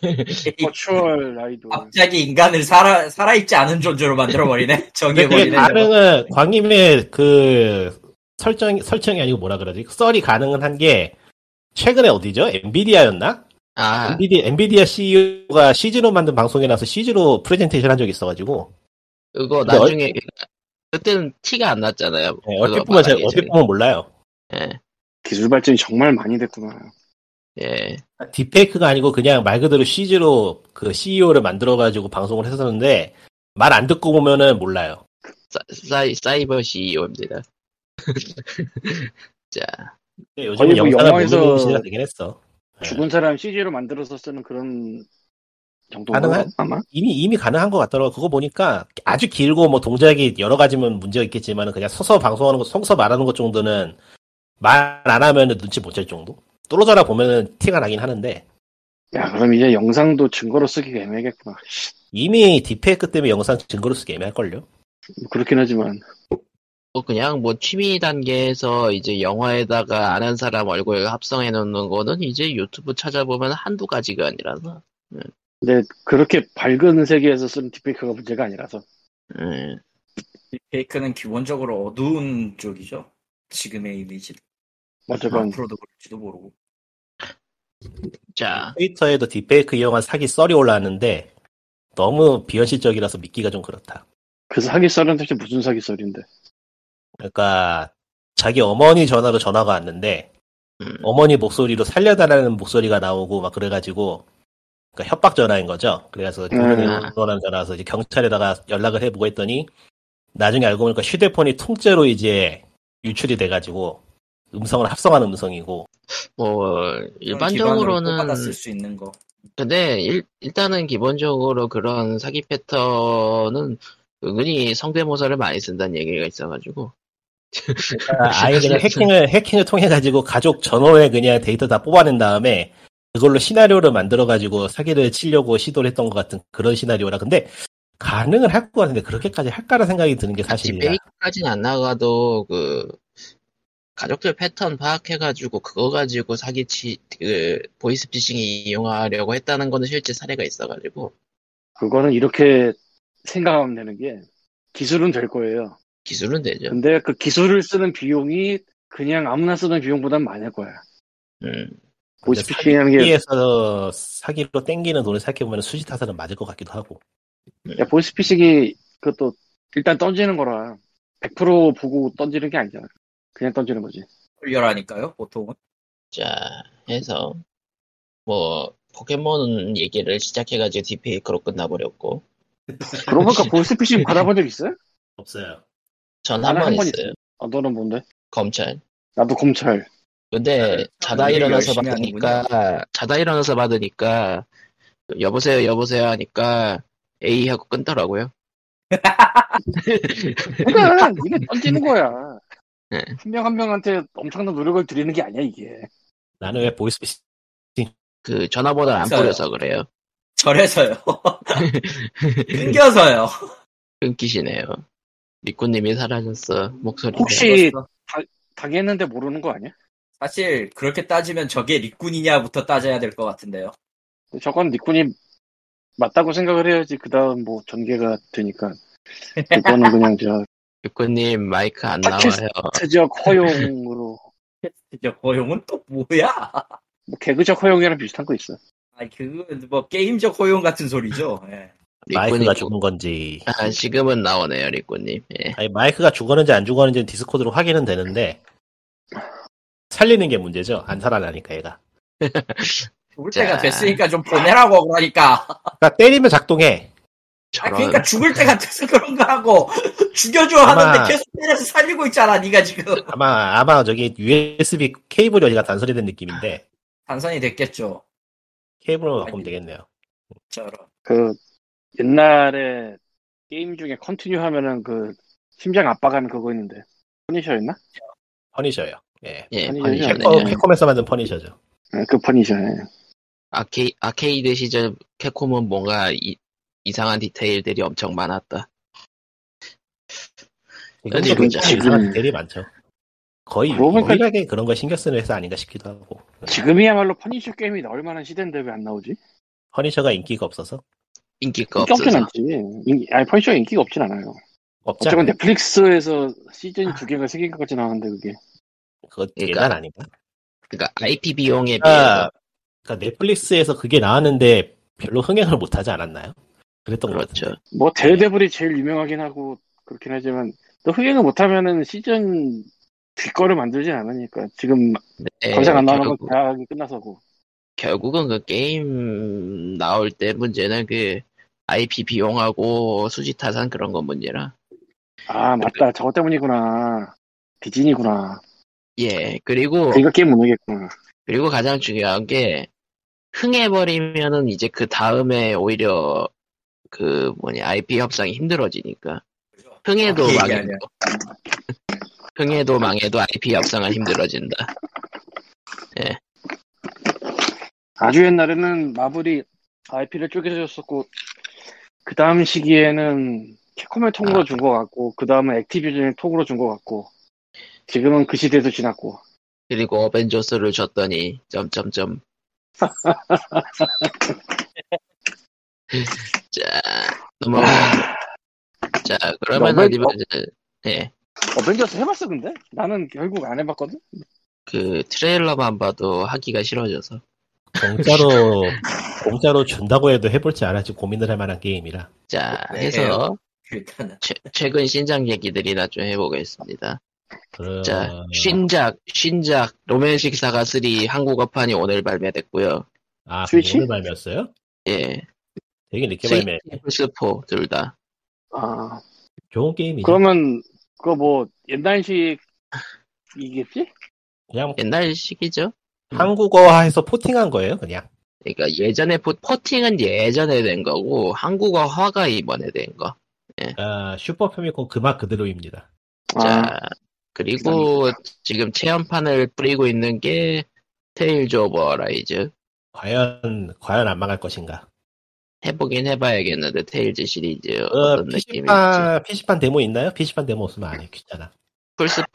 [SPEAKER 5] 뭐
[SPEAKER 4] 버추얼 아이돌.
[SPEAKER 2] 갑자기 인간을 살아 살아있지 않은 존재로 만들어 버리네. 정해
[SPEAKER 5] 근데 그게
[SPEAKER 2] 버리네.
[SPEAKER 5] 가능은 광님의 그 설정 설정이 아니고 뭐라 그러지 썰이 가능은 한 게 최근에 어디죠? 엔비디아였나?
[SPEAKER 1] 아,
[SPEAKER 5] 엔비디, 엔비디아 CEO가 CG로 만든 방송에 나서 CG로 프레젠테이션 한 적이 있어가지고
[SPEAKER 1] 그거
[SPEAKER 5] 근데
[SPEAKER 1] 나중에 그때는 티가 안 났잖아요.
[SPEAKER 5] 네, 얼핏 보면 제가 얼핏 보면 몰라요.
[SPEAKER 1] 예,
[SPEAKER 4] 기술 발전이 정말 많이 됐구나.
[SPEAKER 1] 예.
[SPEAKER 5] 딥페이크가 아니고 그냥 말 그대로 CG로 그 CEO를 만들어가지고 방송을 했었는데 말 안 듣고 보면은 몰라요.
[SPEAKER 1] 사, 사이, 사이버 E CEO입니다. 자,
[SPEAKER 5] 근데
[SPEAKER 4] 거의
[SPEAKER 5] 요즘
[SPEAKER 4] 뭐
[SPEAKER 5] 영상을
[SPEAKER 4] 영화에서-
[SPEAKER 5] 보는 시대가 되긴 했어. 네.
[SPEAKER 4] 죽은 사람 CG로 만들어서 쓰는 그런 정도
[SPEAKER 5] 가능한-
[SPEAKER 4] 아마
[SPEAKER 5] 이미 이미 가능한 것 같더라고. 그거 보니까 아주 길고 뭐 동작이 여러 가지면 문제가 있겠지만 그냥 서서 방송하는 거, 서서 말하는 것 정도는 말 안 하면은 눈치 못 챌 정도. 떨어져라 보면은 티가 나긴 하는데
[SPEAKER 4] 야 그럼 이제 영상도 증거로 쓰기가 애매하겠구나
[SPEAKER 5] 이미 딥페이크 때문에 영상 증거로 쓰기 애매할 걸요.
[SPEAKER 4] 뭐 그렇긴 하지만
[SPEAKER 1] 뭐 그냥 뭐 취미 단계에서 이제 영화에다가 아는 사람 얼굴 합성해 놓는 거는 이제 유튜브 찾아보면 한두 가지가 아니라서.
[SPEAKER 4] 근데 그렇게 밝은 세계에서 쓰는 딥페이크가 문제가 아니라서
[SPEAKER 1] 예.
[SPEAKER 2] 페이크는 기본적으로 어두운 쪽이죠. 지금의 이미지.
[SPEAKER 5] 아,
[SPEAKER 4] 어쨌건
[SPEAKER 2] 앞으로도 그럴지도 모르고.
[SPEAKER 1] 자,
[SPEAKER 5] 트위터에도 딥페이크 이용한 사기 썰이 올라왔는데 너무 비현실적이라서 믿기가 좀 그렇다.
[SPEAKER 4] 그 사기썰은 대체 무슨 사기썰인데
[SPEAKER 5] 그러니까 자기 어머니 전화로 전화가 왔는데
[SPEAKER 1] 음.
[SPEAKER 5] 어머니 목소리로 살려달라는 목소리가 나오고 막 그래가지고 그러니까 협박 전화인 거죠. 그래서
[SPEAKER 4] 음.
[SPEAKER 5] 전화는 전화서 이제 경찰에다가 연락을 해보고 했더니 나중에 알고 보니까 휴대폰이 통째로 이제 유출이 돼가지고 음성을 합성한 음성이고
[SPEAKER 1] 뭐 일반적으로는
[SPEAKER 2] 받았을 수 있는 거.
[SPEAKER 1] 근데 일, 일단은 기본적으로 그런 사기 패턴은 은근히 성대모사를 많이 쓴다는 얘기가 있어가지고
[SPEAKER 5] 그러니까 아예 그냥 해킹을 해킹을 통해 가지고 가족 전원의 그냥 데이터 다 뽑아낸 다음에 그걸로 시나리오를 만들어 가지고 사기를 치려고 시도를 했던 것 같은 그런 시나리오라 근데 가능을 할 것 같은데 그렇게까지 할까라는 생각이 드는 게 사실이야.
[SPEAKER 1] 집에까지는 안 나가도 그 가족들 패턴 파악해가지고 그거 가지고 사기치 그 보이스피싱 이용하려고 했다는 거는 실제 사례가 있어가지고
[SPEAKER 4] 그거는 이렇게 생각하면 되는 게 기술은 될 거예요
[SPEAKER 1] 기술은 되죠.
[SPEAKER 4] 근데 그 기술을 쓰는 비용이 그냥 아무나 쓰는 비용보단 많을 거야
[SPEAKER 1] 음.
[SPEAKER 4] 보이스피싱하는 게
[SPEAKER 5] 사기에서 사기로 땡기는 돈을 생각해보면 수지타산은 맞을 것 같기도 하고.
[SPEAKER 4] 야, 보이스피싱이 그것도 일단 던지는 거라 100% 보고 던지는 게 아니잖아 그냥 던지는 거지
[SPEAKER 2] 홀렬하니까요, 보통은.
[SPEAKER 1] 자, 해서 뭐 포켓몬 얘기를 시작해가지고 딥페이크로 끝나버렸고
[SPEAKER 4] 그러고 보니까 보이스피싱 받아본 적 있어요?
[SPEAKER 3] 없어요.
[SPEAKER 1] 전
[SPEAKER 4] 나는
[SPEAKER 1] 한 번
[SPEAKER 4] 한번
[SPEAKER 1] 있어요.
[SPEAKER 4] 아, 너는 뭔데?
[SPEAKER 1] 검찰.
[SPEAKER 4] 나도 검찰.
[SPEAKER 1] 근데 자다
[SPEAKER 2] 아, 그 일을
[SPEAKER 1] 일어나서
[SPEAKER 2] 열심히
[SPEAKER 1] 받으니까 자다 일어나서 받으니까 그 여보세요 여보세요 하니까 에이 하고 끊더라고요.
[SPEAKER 4] 그러니까 니네 던지는 거야.
[SPEAKER 1] 네.
[SPEAKER 4] 한 명 한 명한테 엄청난 노력을 들이는 게 아니야 이게.
[SPEAKER 5] 나는 왜 보이스피싱
[SPEAKER 1] 그 전화번호를 안
[SPEAKER 2] 있어요.
[SPEAKER 1] 뿌려서 그래요.
[SPEAKER 2] 저래서요. 끊겨서요.
[SPEAKER 1] 끊기시네요. 리꾸님이 사라졌어 목소리.
[SPEAKER 4] 혹시 다, 당했는데 모르는 거 아니야?
[SPEAKER 2] 사실 그렇게 따지면 저게 리꾼이냐부터 따져야 될 것 같은데요.
[SPEAKER 4] 저건 니꾼이 맞다고 생각을 해야지 그 다음 뭐 전개가 되니까 이거는 그냥 저
[SPEAKER 1] 리꾸님 마이크 안
[SPEAKER 4] 팟캐스트.
[SPEAKER 1] 나와요.
[SPEAKER 4] 체적 허용으로
[SPEAKER 2] 진짜 고용은 또 뭐야?
[SPEAKER 4] 뭐 개그적 허용이랑 비슷한 거 있어.
[SPEAKER 2] 아니 그건 뭐 게임적 허용 같은 소리죠. 예.
[SPEAKER 5] 마이크가
[SPEAKER 1] 리꾸님 죽-
[SPEAKER 5] 죽은 건지
[SPEAKER 1] 아, 지금은 나오네요 리꾸님. 예.
[SPEAKER 5] 아니 마이크가 죽었는지 안 죽었는지는 디스코드로 확인은 되는데 살리는 게 문제죠. 안 살아나니까 얘가.
[SPEAKER 2] 죽을
[SPEAKER 1] 자.
[SPEAKER 2] 때가 됐으니까 좀 보내라고 그러니까.
[SPEAKER 5] 그러니까 때리면 작동해.
[SPEAKER 2] 아,
[SPEAKER 1] 저런.
[SPEAKER 2] 그러니까 죽을 때가 돼서 그런가 하고 죽여줘
[SPEAKER 5] 아마-
[SPEAKER 2] 하는데 계속 때려서 살리고 있잖아. 네가 지금
[SPEAKER 5] 아마 아마 저기 USB 케이블이 어디가 단선이 된 느낌인데
[SPEAKER 2] 단선이 됐겠죠.
[SPEAKER 5] 케이블로 바꾸면 되겠네요.
[SPEAKER 2] 저런.
[SPEAKER 4] 그 옛날에 게임 중에 컨티뉴 하면은 그 심장 압박하는 그거 있는데 퍼니셔였나?
[SPEAKER 5] 퍼니셔요. 예.
[SPEAKER 1] 예,
[SPEAKER 4] 아니,
[SPEAKER 1] 퍼니셔.
[SPEAKER 4] 아니,
[SPEAKER 2] 어.
[SPEAKER 5] 캡콤,
[SPEAKER 1] 네.
[SPEAKER 5] 캡콤에서 만든 퍼니셔죠.
[SPEAKER 4] 네, 그 퍼니셔. 예.
[SPEAKER 1] 아케이, 아케이드 시절 캡콤은 뭔가 이, 이상한 디테일들이 엄청 많았다.
[SPEAKER 5] 이건
[SPEAKER 1] 지금,
[SPEAKER 5] 좀
[SPEAKER 1] 지금.
[SPEAKER 5] 이상한 디테일이 많죠. 거의
[SPEAKER 4] 그러고 보니까-
[SPEAKER 5] 유일하게 그런 걸 신경 쓰는 회사 아닌가 싶기도 하고.
[SPEAKER 4] 지금이야말로 퍼니셔 게임이 나올 만한 시대인데 왜 안 나오지?
[SPEAKER 5] 퍼니셔가 인기가 없어서
[SPEAKER 1] 인기가
[SPEAKER 4] 인기 없진
[SPEAKER 1] 없어서.
[SPEAKER 4] 않지. 인- 아니 퍼니셔 인기가 없진 않아요.
[SPEAKER 5] 없지
[SPEAKER 4] 어쨌건
[SPEAKER 5] 않아요?
[SPEAKER 4] 넷플릭스에서 시즌 두 개가 세 개까지 나왔는데 그게
[SPEAKER 5] 그거
[SPEAKER 4] 네.
[SPEAKER 1] 그러니까.
[SPEAKER 5] 예단 아닌가?
[SPEAKER 1] 그러니까 IP 비용에 비해서
[SPEAKER 5] 아, 그러니까 넷플릭스에서 그게 나왔는데 별로 흥행을 못하지 않았나요? 그랬던 것 같아요.
[SPEAKER 1] 그렇죠.
[SPEAKER 4] 뭐 데드블이 제일 유명하긴 하고 그렇긴 하지만 또 흥행을 못하면은 시즌 뒷거를 만들진 않으니까 지금
[SPEAKER 1] 네,
[SPEAKER 4] 검색 안 나오는 뭐
[SPEAKER 1] 결국-
[SPEAKER 4] 건 예, 계약이 끝나서고
[SPEAKER 1] 결국은 그 게임 나올 때 문제는 그 IP 비용하고 수지 타산 그런 건 문제라.
[SPEAKER 4] 아 맞다 저것 때문이구나 디즈니구나
[SPEAKER 1] 예, 그리고
[SPEAKER 4] 그러니까 게임 못 내겠구나
[SPEAKER 1] 그리고 가장 중요한 게 흥해버리면은 이제 그 다음에 오히려 그 뭐냐 IP 협상이 힘들어지니까 흥해도
[SPEAKER 2] 아, 그 얘기 아니야.
[SPEAKER 1] 망해도 흥해도 망해도 IP 협상은 힘들어진다.
[SPEAKER 4] 아주 옛날에는 마블이 IP를 쪼개줬었고 그 다음 시기에는 캡콤에 통으로
[SPEAKER 1] 아.
[SPEAKER 4] 준 것 같고 그 다음에 액티비전에 통으로 준 것 같고 지금은 그 시대도 지났고
[SPEAKER 1] 그리고 어벤져스를 줬더니 점점점 자 넘어가 자 예, 그러면
[SPEAKER 4] 넘어-
[SPEAKER 1] 어디 보자
[SPEAKER 5] 뭐?
[SPEAKER 4] 어벤져스 해봤어 근데? 나는 결국 안 해봤거든?
[SPEAKER 1] 예그 트레일러만 봐도 하기가 싫어져서
[SPEAKER 5] 공짜로 공짜로 준다고 해도 해볼지 안 할지 고민을 할 만한 게임이라
[SPEAKER 1] 자
[SPEAKER 2] 네.
[SPEAKER 1] 해서
[SPEAKER 2] 그러니까
[SPEAKER 1] 최, 최근 신작 얘기들이나 좀 해보겠습니다
[SPEAKER 5] 그런-
[SPEAKER 1] 자 신작 신작 로맨식 사가 3 한국어판이 오늘 발매됐고요
[SPEAKER 5] 아, 그게
[SPEAKER 4] 스위치?
[SPEAKER 5] 오늘 발매였어요?
[SPEAKER 1] 예
[SPEAKER 5] 되게 늦게 발매.
[SPEAKER 1] 스위치 플스4 둘다
[SPEAKER 4] 아
[SPEAKER 5] 좋은 게임이죠.
[SPEAKER 4] 그러면 그거 뭐 옛날식 이겠지?
[SPEAKER 5] 그냥
[SPEAKER 1] 옛날 식이죠
[SPEAKER 5] 한국어화해서 포팅한 거예요, 그냥.
[SPEAKER 1] 그러니까 예전에 포- 포팅은 예전에 된 거고 한국어 화가 이번에 된 거.
[SPEAKER 5] 아, 슈퍼 패미콘 그 맛 그대로입니다.
[SPEAKER 4] 아,
[SPEAKER 1] 자 그리고 지금 체험판을 뿌리고 있는 게 테일즈 오브 어라이즈
[SPEAKER 5] 과연 과연 안 망할 것인가?
[SPEAKER 1] 해보긴 해봐야겠는데 테일즈 시리즈
[SPEAKER 5] 어,
[SPEAKER 1] 어떤 느낌인지.
[SPEAKER 5] PC판 PC판 데모 있나요? PC판 데모 없으면 안 해. 귀찮아.
[SPEAKER 1] 플스 4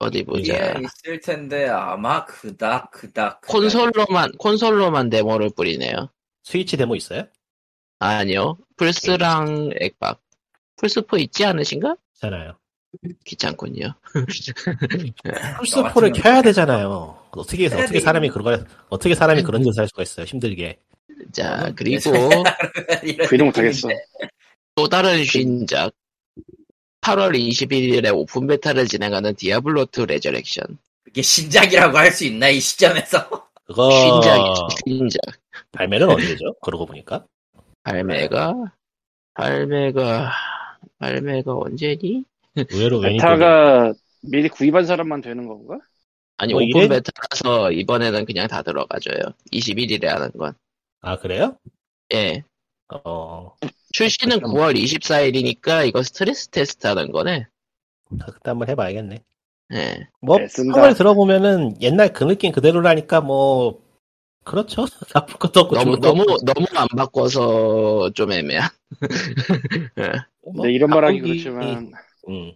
[SPEAKER 1] 어디 보자.
[SPEAKER 2] 그게 있을 텐데 아마 그닥 그닥 그닥.
[SPEAKER 1] 콘솔로만 콘솔로만 데모를 뿌리네요.
[SPEAKER 5] 스위치 데모 있어요?
[SPEAKER 1] 아니요 플스랑 액박. 플스 4 있지 않으신가?
[SPEAKER 5] 있잖아요.
[SPEAKER 1] 귀찮군요.
[SPEAKER 5] 플스 4를 켜야 되잖아요. 어떻게 해서
[SPEAKER 2] 해야
[SPEAKER 5] 어떻게
[SPEAKER 2] 돼.
[SPEAKER 5] 사람이 그런 걸 어떻게 사람이 그런 짓을 할 수가 있어요? 힘들게.
[SPEAKER 1] 자
[SPEAKER 2] 저는
[SPEAKER 1] 그리고
[SPEAKER 2] 이런
[SPEAKER 4] 그 이름 못하겠어
[SPEAKER 2] 느낌인데.
[SPEAKER 1] 또 다른 신작 8월 21일에 오픈 베타를 진행하는 디아블로 2 레저렉션
[SPEAKER 2] 그게 신작이라고 할 수 있나 이 시점에서
[SPEAKER 5] 그거
[SPEAKER 1] 신작이죠 신작
[SPEAKER 5] 발매는 언제죠? 그러고 보니까
[SPEAKER 1] 발매가 발매가 발매가 언제니?
[SPEAKER 5] 의외로 웬이
[SPEAKER 4] 베타가 미리 구입한 사람만 되는 건가?
[SPEAKER 1] 아니
[SPEAKER 5] 뭐
[SPEAKER 1] 오픈
[SPEAKER 5] 이래?
[SPEAKER 1] 베타라서 이번에는 그냥 다 들어가줘요 21일에 하는 건
[SPEAKER 5] 아 그래요?
[SPEAKER 1] 예.
[SPEAKER 5] 어
[SPEAKER 1] 출시는 9월 24일이니까 이거 스트레스 테스트 하는 거네
[SPEAKER 5] 그때 한번 해봐야겠네.
[SPEAKER 1] 예.
[SPEAKER 5] 뭐
[SPEAKER 4] 네, 쓴다.
[SPEAKER 5] 평을 들어보면은 옛날 그 느낌 그대로라니까 뭐 그렇죠. 나쁠 것도 없고
[SPEAKER 1] 너무
[SPEAKER 5] 좋은 것도
[SPEAKER 1] 너무
[SPEAKER 5] 없고.
[SPEAKER 1] 너무 안 바꿔서 좀 애매한
[SPEAKER 5] 뭐
[SPEAKER 4] 근데 네, 이런 말하기
[SPEAKER 5] 바꾸기-
[SPEAKER 4] 그렇지만
[SPEAKER 5] 음.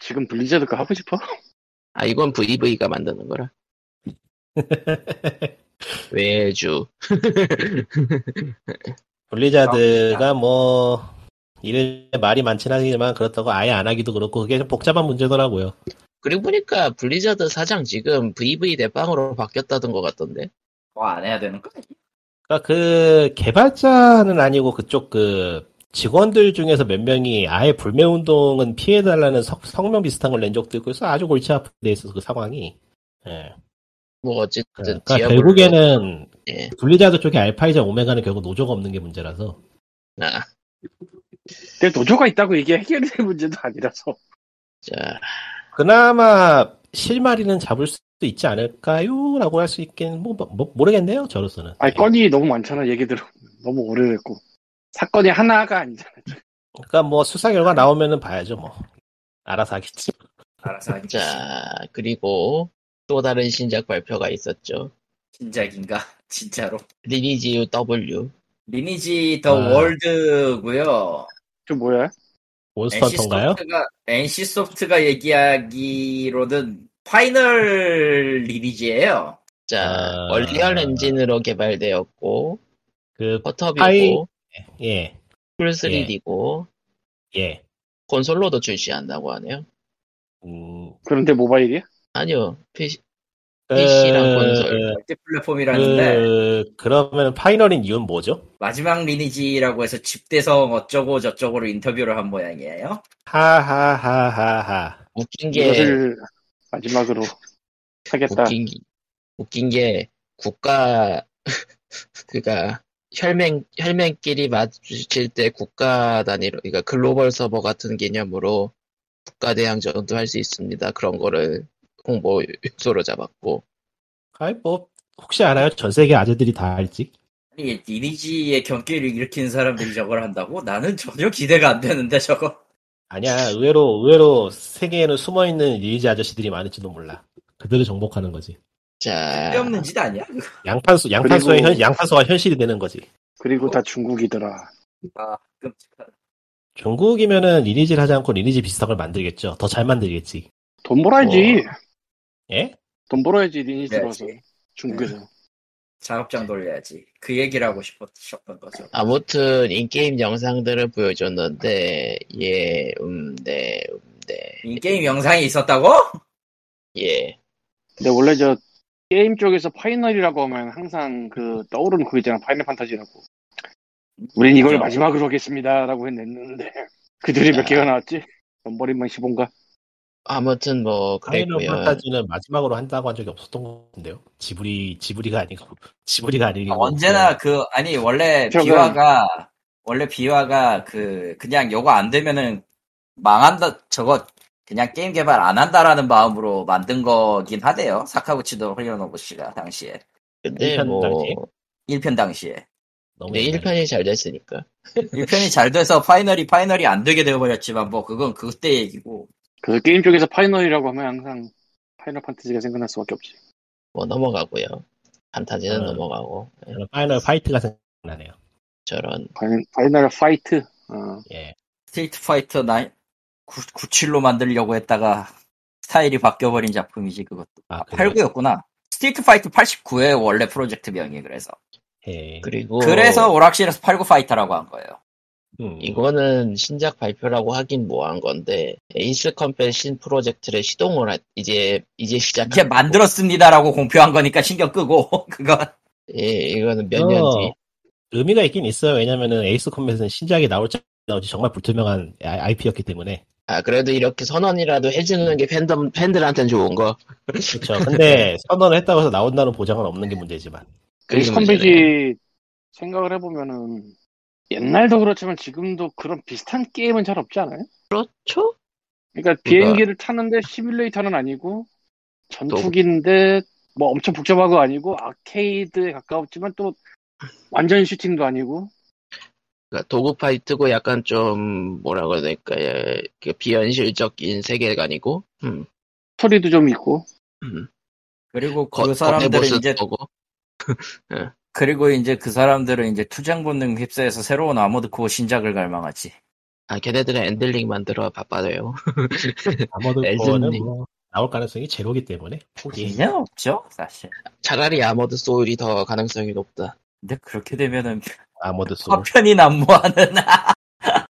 [SPEAKER 4] 지금 블리자드가 하고 싶어?
[SPEAKER 1] 아 이건 VV가 만드는 거라 외주
[SPEAKER 5] 블리자드가
[SPEAKER 4] 아.
[SPEAKER 5] 뭐 이래 말이 많긴 하지만 그렇다고 아예 안 하기도 그렇고 그게 좀 복잡한 문제더라고요.
[SPEAKER 1] 그리고 보니까 블리자드 사장 지금 VV 대빵으로 바뀌었다던 것 같던데.
[SPEAKER 2] 뭐 안 해야 되는 거?
[SPEAKER 5] 그러니까 그 개발자는 아니고 그쪽 그 직원들 중에서 몇 명이 아예 불매 운동은 피해 달라는 성명 비슷한 걸 낸 적도 있고 그래서 아주 골치 아프게 돼 있어서 그 상황이. 예.
[SPEAKER 1] 뭐 어쨌든
[SPEAKER 5] 그러니까
[SPEAKER 1] 디아블로-
[SPEAKER 5] 결국에는
[SPEAKER 1] 예.
[SPEAKER 5] 블리자드 쪽에 알파이자 오메가는 결국 노조가 없는 게 문제라서
[SPEAKER 1] 아,
[SPEAKER 4] 내 노조가 있다고 이게 해결될 문제도 아니라서
[SPEAKER 1] 자,
[SPEAKER 5] 그나마 실마리는 잡을 수도 있지 않을까요? 라고 할 수 있긴 뭐, 뭐- 모르겠네요 뭐, 저로서는
[SPEAKER 4] 아니 건이 너무 많잖아 얘기 들어 너무 오래됐고 사건이 하나가 아니잖아.
[SPEAKER 5] 그러니까 뭐 수사 결과 나오면은 봐야죠 뭐. 알아서 하겠지.
[SPEAKER 2] 알아서 하겠지.
[SPEAKER 1] 자, 그리고 또 다른 신작 발표가 있었죠.
[SPEAKER 2] 신작인가? 진짜로.
[SPEAKER 1] 리니지 W.
[SPEAKER 2] 리니지 더
[SPEAKER 5] 아.
[SPEAKER 2] 월드고요.
[SPEAKER 4] 저 뭐야?
[SPEAKER 1] 네,
[SPEAKER 5] 몬스터헌터인가요?
[SPEAKER 2] NC 소프트가 얘기하기로는 파이널 리니지예요.
[SPEAKER 1] 자,
[SPEAKER 5] 아.
[SPEAKER 1] 얼리얼 엔진으로 개발되었고,
[SPEAKER 5] 그 파이-
[SPEAKER 1] 버터비고,
[SPEAKER 5] 예.
[SPEAKER 1] 풀3D고,
[SPEAKER 5] 예.
[SPEAKER 1] 콘솔로도 출시한다고 하네요.
[SPEAKER 5] 음.
[SPEAKER 4] 그런데 모바일이야?
[SPEAKER 1] 아니요, PC, PC랑 콘솔.
[SPEAKER 2] 멀티 플랫폼이라는데
[SPEAKER 5] 네. 그, 그러면 파이널인 이유는 뭐죠?
[SPEAKER 2] 마지막 리니지라고 해서 집대성 어쩌고 저쩌고로 인터뷰를 한 모양이에요.
[SPEAKER 5] 하하하하하.
[SPEAKER 1] 웃긴
[SPEAKER 2] 예.
[SPEAKER 1] 게,
[SPEAKER 4] 이것을 마지막으로 하겠다.
[SPEAKER 1] 웃긴, 게- 웃긴 게, 국가, 그니까, 혈맹, 혈맹끼리 마주칠 때 국가 단위로, 그러니까 글로벌 서버 같은 개념으로 국가 대항전도 할 수 있습니다. 그런 거를 홍보 요소로 잡았고,
[SPEAKER 5] 아이, 뭐, 혹시 알아요? 전 세계 아재들이 다 알지?
[SPEAKER 2] 아니 리니지의 경기를 일으킨 사람들이 저걸 한다고? 나는 전혀 기대가 안 되는데 저거.
[SPEAKER 5] 아니야, 의외로, 의외로 세계에는 숨어있는 리니지 아저씨들이 많을지도 몰라. 그들을 정복하는 거지.
[SPEAKER 1] 자,
[SPEAKER 2] 쓸데없는 짓 아니야?
[SPEAKER 5] 양판소, 양판소의
[SPEAKER 4] 그리고-
[SPEAKER 5] 현, 양판소가 현실이 되는 거지.
[SPEAKER 4] 그리고 다 중국이더라.
[SPEAKER 2] 아 끔찍하다.
[SPEAKER 5] 중국이면은 리니지를 하지 않고 리니지 비슷한 걸 만들겠죠. 더 잘 만들겠지.
[SPEAKER 4] 돈 벌어야지.
[SPEAKER 5] 예?
[SPEAKER 4] 돈 벌어야지 리니지
[SPEAKER 2] 그래야지.
[SPEAKER 4] 들어서 중국에서.
[SPEAKER 2] 네. 작업장 돌려야지. 그 얘기를 하고 싶었던 거죠.
[SPEAKER 1] 아무튼 인게임 영상들을 보여줬는데 예, 음, 네, 음, 네,
[SPEAKER 2] 인게임 영상이 있었다고?
[SPEAKER 1] 예,
[SPEAKER 4] 근데 원래 저 게임 쪽에서 파이널이라고 하면 항상 그 떠오르는 그거 있잖아 파이널 판타지라고. 우린 이걸
[SPEAKER 2] 그죠. 네.
[SPEAKER 4] 마지막으로 하겠습니다라고 했는데 그들이 몇 개가 나왔지? 넘버링만 15인가?
[SPEAKER 1] 아무튼 뭐
[SPEAKER 5] 파이널
[SPEAKER 1] 그랬고요.
[SPEAKER 5] 판타지는 마지막으로 한다고 한 적이 없었던 것 같은데요. 지브리, 지브리가 아니고, 지브리가 아니고. 네,
[SPEAKER 2] 아, 언제나 그 아니 원래
[SPEAKER 4] 저건-
[SPEAKER 2] 비화가 원래 비화가 그 그냥 요거 안 되면은 망한다 저거 그냥 게임 개발 안 한다라는 마음으로 만든 거긴 하대요 사카구치도 홀리노부 씨가 당시에
[SPEAKER 1] 근데
[SPEAKER 5] 일편
[SPEAKER 1] 뭐
[SPEAKER 5] 당시?
[SPEAKER 2] 1편 당시에
[SPEAKER 5] 너무
[SPEAKER 1] 네,
[SPEAKER 5] 옛날에.
[SPEAKER 1] 1편이 잘 됐으니까
[SPEAKER 2] 1편이 잘 돼서 파이널이 파이널이 안 되게 되어버렸지만 뭐 그건 그때 얘기고
[SPEAKER 4] 그래서 게임 쪽에서 파이널이라고 하면 항상 파이널 판타지가 생각날 수밖에 없지.
[SPEAKER 1] 뭐 넘어가고요. 판타지는
[SPEAKER 5] 음.
[SPEAKER 1] 넘어가고 예,
[SPEAKER 5] 저는 파이널 파이트가 생각나네요.
[SPEAKER 1] 저런
[SPEAKER 4] 파이- 파이널 파이트. 어.
[SPEAKER 5] 예.
[SPEAKER 2] 스트리트 파이터 나이 97로 만들려고 했다가 스타일이 바뀌어버린 작품이지 그것도
[SPEAKER 5] 아, 그래요?
[SPEAKER 2] 89였구나 스트리트 파이터 89의 원래 프로젝트명이 그래서
[SPEAKER 5] 예.
[SPEAKER 1] 그리고
[SPEAKER 2] 그래서 오락실에서 팔고 파이터라고 한 거예요.
[SPEAKER 5] 음.
[SPEAKER 1] 이거는 신작 발표라고 하긴 뭐한 건데 에이스 컴뱃 신 프로젝트를 시동을 하- 이제 이제 시작
[SPEAKER 2] 이제 만들었습니다라고 공표한 거니까 신경 끄고 그건
[SPEAKER 1] 예 이거는 몇 년 뒤.
[SPEAKER 5] 의미가 있긴 있어요. 왜냐면은 에이스 컴뱃은 신작이 나올지 안 나올지 정말 불투명한 IP였기 때문에.
[SPEAKER 1] 아 그래도 이렇게 선언이라도 해주는 게 팬덤 팬들한테는 좋은 거.
[SPEAKER 5] 그렇죠. 근데 선언을 했다고 해서 나온다는 보장은 없는 게 문제지만.
[SPEAKER 1] 그게
[SPEAKER 4] 이
[SPEAKER 1] 문제네.
[SPEAKER 4] 컴백이 생각을 해보면은 옛날도 그렇지만 지금도 그런 비슷한 게임은 잘 없지 않아요?
[SPEAKER 1] 그렇죠?
[SPEAKER 4] 그러니까 비행기를 타는데 시뮬레이터는 아니고 전투기인데 뭐 엄청 복잡하고 아니고 아케이드에 가까웠지만 또 완전 슈팅도 아니고
[SPEAKER 1] 그러니까 도구 파이트고 약간 좀 뭐라 그래야 될까 예, 그 비현실적인 세계관이고 음,
[SPEAKER 4] 스토리도 좀 있고
[SPEAKER 1] 음.
[SPEAKER 2] 그리고
[SPEAKER 1] 거-
[SPEAKER 2] 그 사람들은
[SPEAKER 1] 거대
[SPEAKER 2] 이제
[SPEAKER 1] 보스도
[SPEAKER 2] 그리고 이제 그 사람들은 이제 투쟁 본능 휩싸여서 새로운 아머드 코어 신작을 갈망하지.
[SPEAKER 1] 아 걔네들은 엔들링 만들어 바빠져요
[SPEAKER 5] 네, 아마도
[SPEAKER 1] 엘든링.
[SPEAKER 5] 그거는 뭐 나올 가능성이 제로기 때문에 포기.
[SPEAKER 2] 그냥 없죠 사실.
[SPEAKER 1] 차라리 아머드 소울이 더 가능성이 높다
[SPEAKER 2] 근데 그렇게 되면은
[SPEAKER 5] 아머드 소울.
[SPEAKER 2] 화편이 난무하는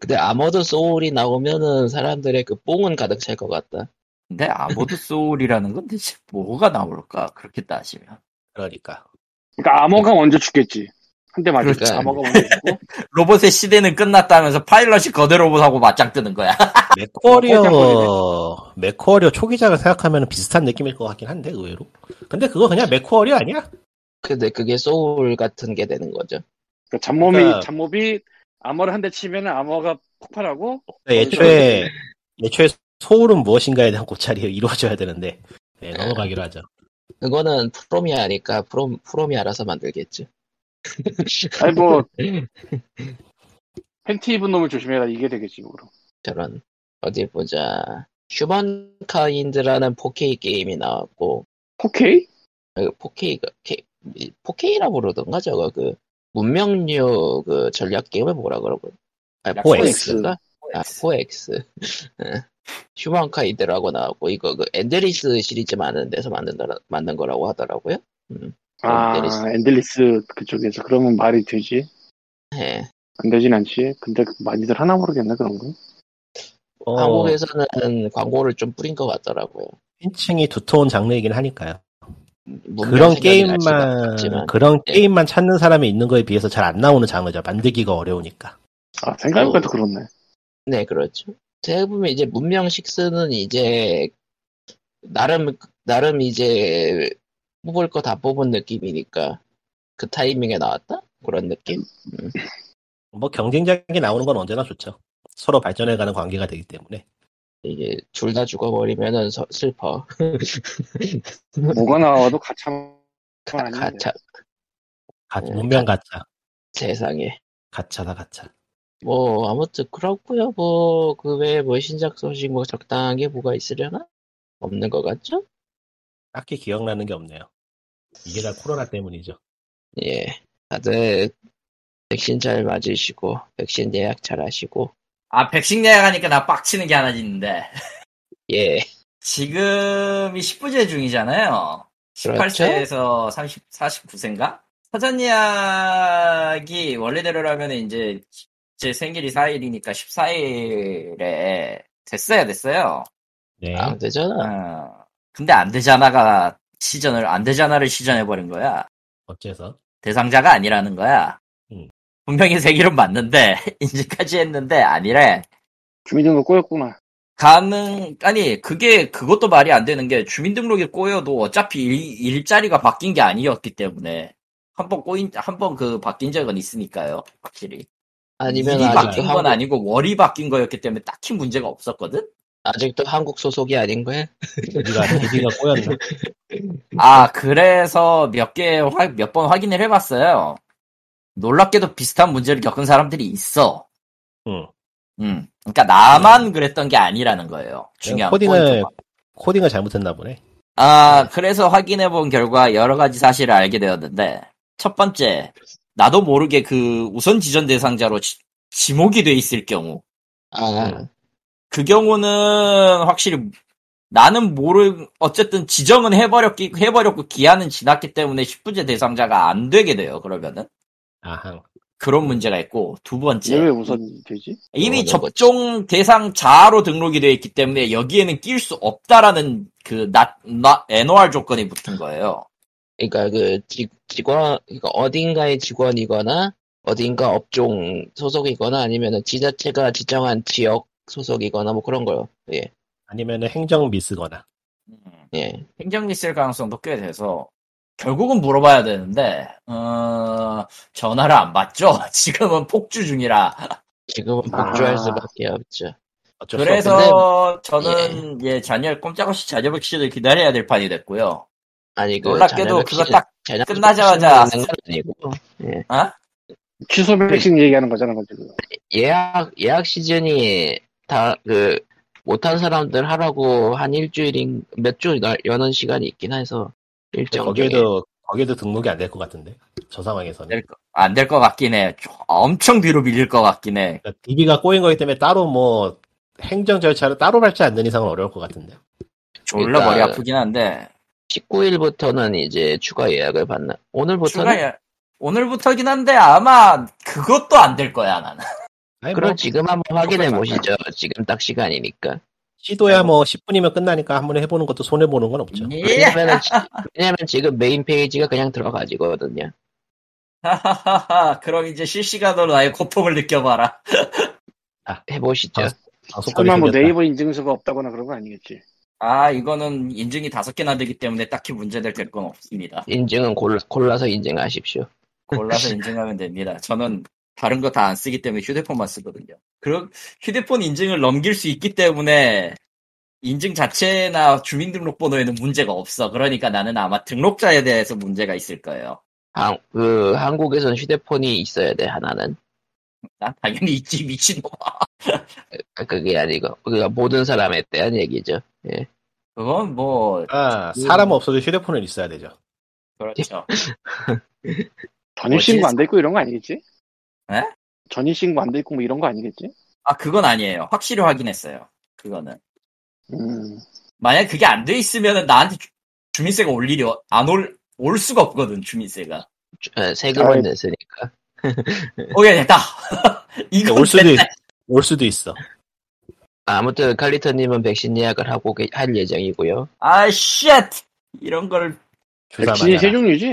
[SPEAKER 1] 근데 아머드 소울이 나오면은 사람들의 그 뽕은 가득 찰 것 같다
[SPEAKER 2] 근데 아머드 소울이라는 건 대체 뭐가 나올까 그렇게 따지면
[SPEAKER 5] 그러니까.
[SPEAKER 4] 그러니까 암호가 먼저 죽겠지 한 대 맞을 때
[SPEAKER 1] 그러니까.
[SPEAKER 4] 암호가 먼저 죽고
[SPEAKER 2] 로봇의 시대는 끝났다면서 파일럿이 거대 로봇하고 맞짱뜨는 거야.
[SPEAKER 5] 어, 맥쿼리어 맥쿼리어 초기작을 생각하면 비슷한 느낌일 것 같긴 한데 의외로. 근데 그거 그냥 맥쿼리어 아니야?
[SPEAKER 1] 근데 그게 소울 같은 게 되는 거죠
[SPEAKER 4] 그러니까 잡몸이
[SPEAKER 5] 그러니까-
[SPEAKER 4] 잡몹이 암호를 한 대 치면은 암호가 폭발하고
[SPEAKER 5] 애초에 애초에 소울은 무엇인가에 대한 고찰이 이루어져야 되는데 네, 넘어가기로 하죠.
[SPEAKER 1] 그거는 프롬이 아니까 프롬 프롬이 알아서 만들겠지
[SPEAKER 4] 아니 뭐 팬티 입은 놈을 조심해라 이게 되겠지 뭐. 그럼.
[SPEAKER 1] 저런 어디 보자. 휴먼카인드라는 4K 게임이 나왔고
[SPEAKER 4] 오케이?
[SPEAKER 1] 그 4K가 4K라 부르던가 저거 그 문명류 그 전략 게임을 뭐라 그러고 아,
[SPEAKER 2] 약속
[SPEAKER 1] 포엑스. 가 아,
[SPEAKER 2] OX.
[SPEAKER 1] 포엑스. 휴먼카이드라고 나왔고 이거 그 엔드리스 시리즈 만든 데서 만든 거라, 만든 거라고 하더라고요.
[SPEAKER 4] 아
[SPEAKER 1] 엔들리스.
[SPEAKER 4] 엔들리스 그쪽에서 그러면 말이 되지.
[SPEAKER 1] 예.
[SPEAKER 4] 안 되진 않지. 근데 많이들 하나 모르겠네 그런 거.
[SPEAKER 5] 어,
[SPEAKER 1] 아, 뭐 한국에서는 광고를 좀 뿌린 것 같더라고요.
[SPEAKER 5] 핀칭이 두터운 장르이긴 하니까
[SPEAKER 1] 문명
[SPEAKER 5] 그런
[SPEAKER 1] 생각이 날 수밖에
[SPEAKER 5] 게임만
[SPEAKER 1] 없지만.
[SPEAKER 5] 그런
[SPEAKER 1] 예.
[SPEAKER 5] 게임만 찾는 사람이 있는 거에 비해서 잘 안 나오는 장르죠. 만들기가 어려우니까.
[SPEAKER 4] 아 생각보다 도 그렇네.
[SPEAKER 1] 네, 그렇죠. 제가 보면 이제 문명 식스는 이제 나름 나름 이제 뽑을 거 다 뽑은 느낌이니까 그 타이밍에 나왔다 그런 느낌.
[SPEAKER 5] 뭐 경쟁작이 나오는 건 언제나 좋죠. 서로 발전해가는 관계가 되기 때문에.
[SPEAKER 1] 이게 둘 다 죽어버리면은 서- 슬퍼.
[SPEAKER 4] 뭐가 나와도 가참.
[SPEAKER 1] 가,
[SPEAKER 4] 아닌데.
[SPEAKER 1] 가차
[SPEAKER 5] 가,
[SPEAKER 1] 네.
[SPEAKER 5] 문명 가차,
[SPEAKER 1] 세상에.
[SPEAKER 5] 가차다 가차.
[SPEAKER 1] 뭐 아무튼 그렇고요. 뭐 그 외에 뭐 신작 소식 뭐 적당하게 뭐가 있으려나? 없는 것 같죠?
[SPEAKER 5] 딱히 기억나는 게 없네요. 이게 다 코로나 때문이죠.
[SPEAKER 1] 예. 다들 백신 잘 맞으시고 백신 예약 잘 하시고
[SPEAKER 2] 아 백신 예약하니까 나 빡치는 게 하나 있는데
[SPEAKER 1] 예.
[SPEAKER 2] 지금이 10부제 중이잖아요. 18세에서 30, 49세인가? 사전 예약이 원래대로라면 이제 제 생일이 4일이니까 14일에 됐어야 됐어요. 예?
[SPEAKER 5] 네.
[SPEAKER 1] 안 되잖아.
[SPEAKER 2] 어, 근데 안 되잖아가 시전을 안 되잖아를 시전해버린 거야.
[SPEAKER 5] 어째서?
[SPEAKER 2] 대상자가 아니라는 거야.
[SPEAKER 5] 음.
[SPEAKER 2] 분명히 생일은 맞는데 인지까지 했는데 아니래.
[SPEAKER 4] 주민등록 꼬였구나.
[SPEAKER 2] 가능 아니 그게 그것도 말이 안 되는 게 주민등록이 꼬여도 어차피 일, 자리가 바뀐 게 아니었기 때문에 한 번 꼬인 한 번 그 바뀐 적은 있으니까요 확실히
[SPEAKER 1] 아니면
[SPEAKER 2] 일이
[SPEAKER 1] 아직도
[SPEAKER 2] 바뀐 건
[SPEAKER 1] 한국,
[SPEAKER 2] 아니고 월이 바뀐 거였기 때문에 딱히 문제가 없었거든
[SPEAKER 1] 아직도 한국 소속이 아닌 거야?
[SPEAKER 5] 우리가 기지가 꼬였나?
[SPEAKER 1] 음.
[SPEAKER 2] 아 그래서 몇 개 몇 번 확인을 해봤어요 놀랍게도 비슷한 문제를 겪은 사람들이 있어
[SPEAKER 5] 응.
[SPEAKER 2] 음 그러니까 나만 그랬던 게 아니라는 거예요 중요한
[SPEAKER 5] 코딩을
[SPEAKER 2] 포인트가
[SPEAKER 5] 코딩을 잘못했나 보네.
[SPEAKER 2] 아, 그래서 확인해 본 결과 여러 가지 사실을 알게 되었는데, 첫 번째, 나도 모르게 그 우선 지전 대상자로 지, 지목이 돼 있을 경우,
[SPEAKER 1] 아,
[SPEAKER 2] 그 경우는 확실히 나는 모르, 어쨌든 지정은 해버렸기, 해버렸고 기한은 지났기 때문에 10부제 대상자가 안 되게 돼요, 그러면은.
[SPEAKER 5] 아항.
[SPEAKER 2] 그런 문제가 있고, 두 번째.
[SPEAKER 4] 얘왜 우선 되지?
[SPEAKER 2] 이미
[SPEAKER 1] 넘어가는
[SPEAKER 2] 접종 대상 자로 등록이 되어 있기 때문에 여기에는 낄 수 없다라는 그, 나, 나, NOR 조건이 붙은 거예요.
[SPEAKER 1] 그러니까 그 직, 직원, 그러니까 어딘가의 직원이거나 어딘가 업종 소속이거나 아니면 지자체가 지정한 지역 소속이거나 뭐 그런 거요. 예,
[SPEAKER 5] 아니면은 행정 미스거나.
[SPEAKER 2] 음.
[SPEAKER 1] 예.
[SPEAKER 2] 행정 미스일 가능성도 꽤 돼서 결국은 물어봐야 되는데 어, 전화를 안 받죠. 지금은 폭주 중이라.
[SPEAKER 1] 지금은 복주할
[SPEAKER 4] 아.
[SPEAKER 1] 수밖에 없죠.
[SPEAKER 5] 어쩔 수 없는데
[SPEAKER 2] 그래서 저는 예, 자녀 꼼짝없이 자녀 백신을 기다려야 될 판이 됐고요.
[SPEAKER 1] 아니 그
[SPEAKER 2] 놀랍게도
[SPEAKER 1] 자녀
[SPEAKER 2] 그거
[SPEAKER 1] 백신-
[SPEAKER 2] 딱
[SPEAKER 1] 자녀
[SPEAKER 2] 끝나자마자
[SPEAKER 1] 백신은 아니고 예.
[SPEAKER 2] 아?
[SPEAKER 4] 취소 백신 얘기하는 거잖아 지금.
[SPEAKER 1] 예약 예약 시즌이 다 그 못한 사람들 하라고 한 일주일인 몇 주 여는 시간이 있긴 해서 일정 중에
[SPEAKER 5] 거기에도 거기에도 등록이 안 될 것 같은데. 저 상황에서는.
[SPEAKER 2] 안 될 것 같긴 해. 좀 엄청 뒤로 밀릴 것 같긴 해.
[SPEAKER 5] 그러니까 DB가 꼬인 거기 때문에 따로 뭐 행정 절차를 따로 밟지 않는 이상은 어려울 것 같은데.
[SPEAKER 2] 졸라 머리
[SPEAKER 1] 그러니까
[SPEAKER 2] 아프긴 한데
[SPEAKER 1] 19일부터는 이제 추가 예약을 받나 오늘부터는
[SPEAKER 2] 추가 예, 오늘부터긴 한데 아마 그것도 안 될 거야 나는.
[SPEAKER 5] 아니
[SPEAKER 1] 그럼
[SPEAKER 5] 뭐
[SPEAKER 1] 지금 한번 확인해 보시죠 지금 딱 시간이니까
[SPEAKER 5] 시도야 뭐 10분이면 끝나니까 한번 해보는 것도 손해 보는 건 없죠.
[SPEAKER 4] 네.
[SPEAKER 2] 예.
[SPEAKER 1] 왜냐면은, 지- 왜냐면 지금 메인 페이지가 그냥 들어가지거든요
[SPEAKER 2] 하하하하. 그럼 이제 실시간으로 나의 고통을 느껴봐라.
[SPEAKER 1] 해보시죠
[SPEAKER 5] 아, 방송권이
[SPEAKER 4] 설마 뭐
[SPEAKER 5] 생겼다.
[SPEAKER 4] 네이버 인증서가 없다거나 그런 거 아니겠지?
[SPEAKER 2] 아, 이거는 인증이 다섯 개나 되기 때문에 딱히 문제될 건 없습니다.
[SPEAKER 1] 인증은 골라, 골라서 인증하십시오
[SPEAKER 2] 골라서 인증하면 됩니다. 저는 다른 거 다 안 쓰기 때문에 휴대폰만 쓰거든요. 그럼 휴대폰 인증을 넘길 수 있기 때문에 인증 자체나 주민등록번호에는 문제가 없어. 그러니까 나는 아마 등록자에 대해서 문제가 있을 거예요.
[SPEAKER 1] 한, 그 한국에선 휴대폰이 있어야 돼 하나는
[SPEAKER 2] 난 당연히 있지 미친놈아.
[SPEAKER 1] 아, 그게 아니고 그러니까 모든 사람에 대한 얘기죠. 예.
[SPEAKER 2] 그건 뭐
[SPEAKER 5] 아,
[SPEAKER 4] 음.
[SPEAKER 5] 사람 없어도 휴대폰은 있어야 되죠.
[SPEAKER 2] 그렇죠.
[SPEAKER 4] 전입신고 안 돼 있고 이런 거 아니겠지?
[SPEAKER 2] 에?
[SPEAKER 4] 전입신고 안 돼 있고 뭐 이런 거 아니겠지?
[SPEAKER 2] 아 그건 아니에요. 확실히 확인했어요. 그거는
[SPEAKER 4] 음,
[SPEAKER 2] 만약 그게 안 돼 있으면 나한테 주- 주민세가 올 일이 안 올 올 수가 없거든 주민세가.
[SPEAKER 1] 주- 어, 세금을
[SPEAKER 4] 아이.
[SPEAKER 1] 냈으니까.
[SPEAKER 2] 오케이 됐다. 이건
[SPEAKER 5] 올 수도 있,
[SPEAKER 2] 됐다.
[SPEAKER 5] 올 수도 있어.
[SPEAKER 1] 아무튼 칼리터님은 백신 예약을 하고 계- 할 예정이고요.
[SPEAKER 2] 아 쉣. 이런 걸
[SPEAKER 1] 그
[SPEAKER 5] 주사
[SPEAKER 4] 백신이
[SPEAKER 5] 맞아라.
[SPEAKER 4] 세 종류지?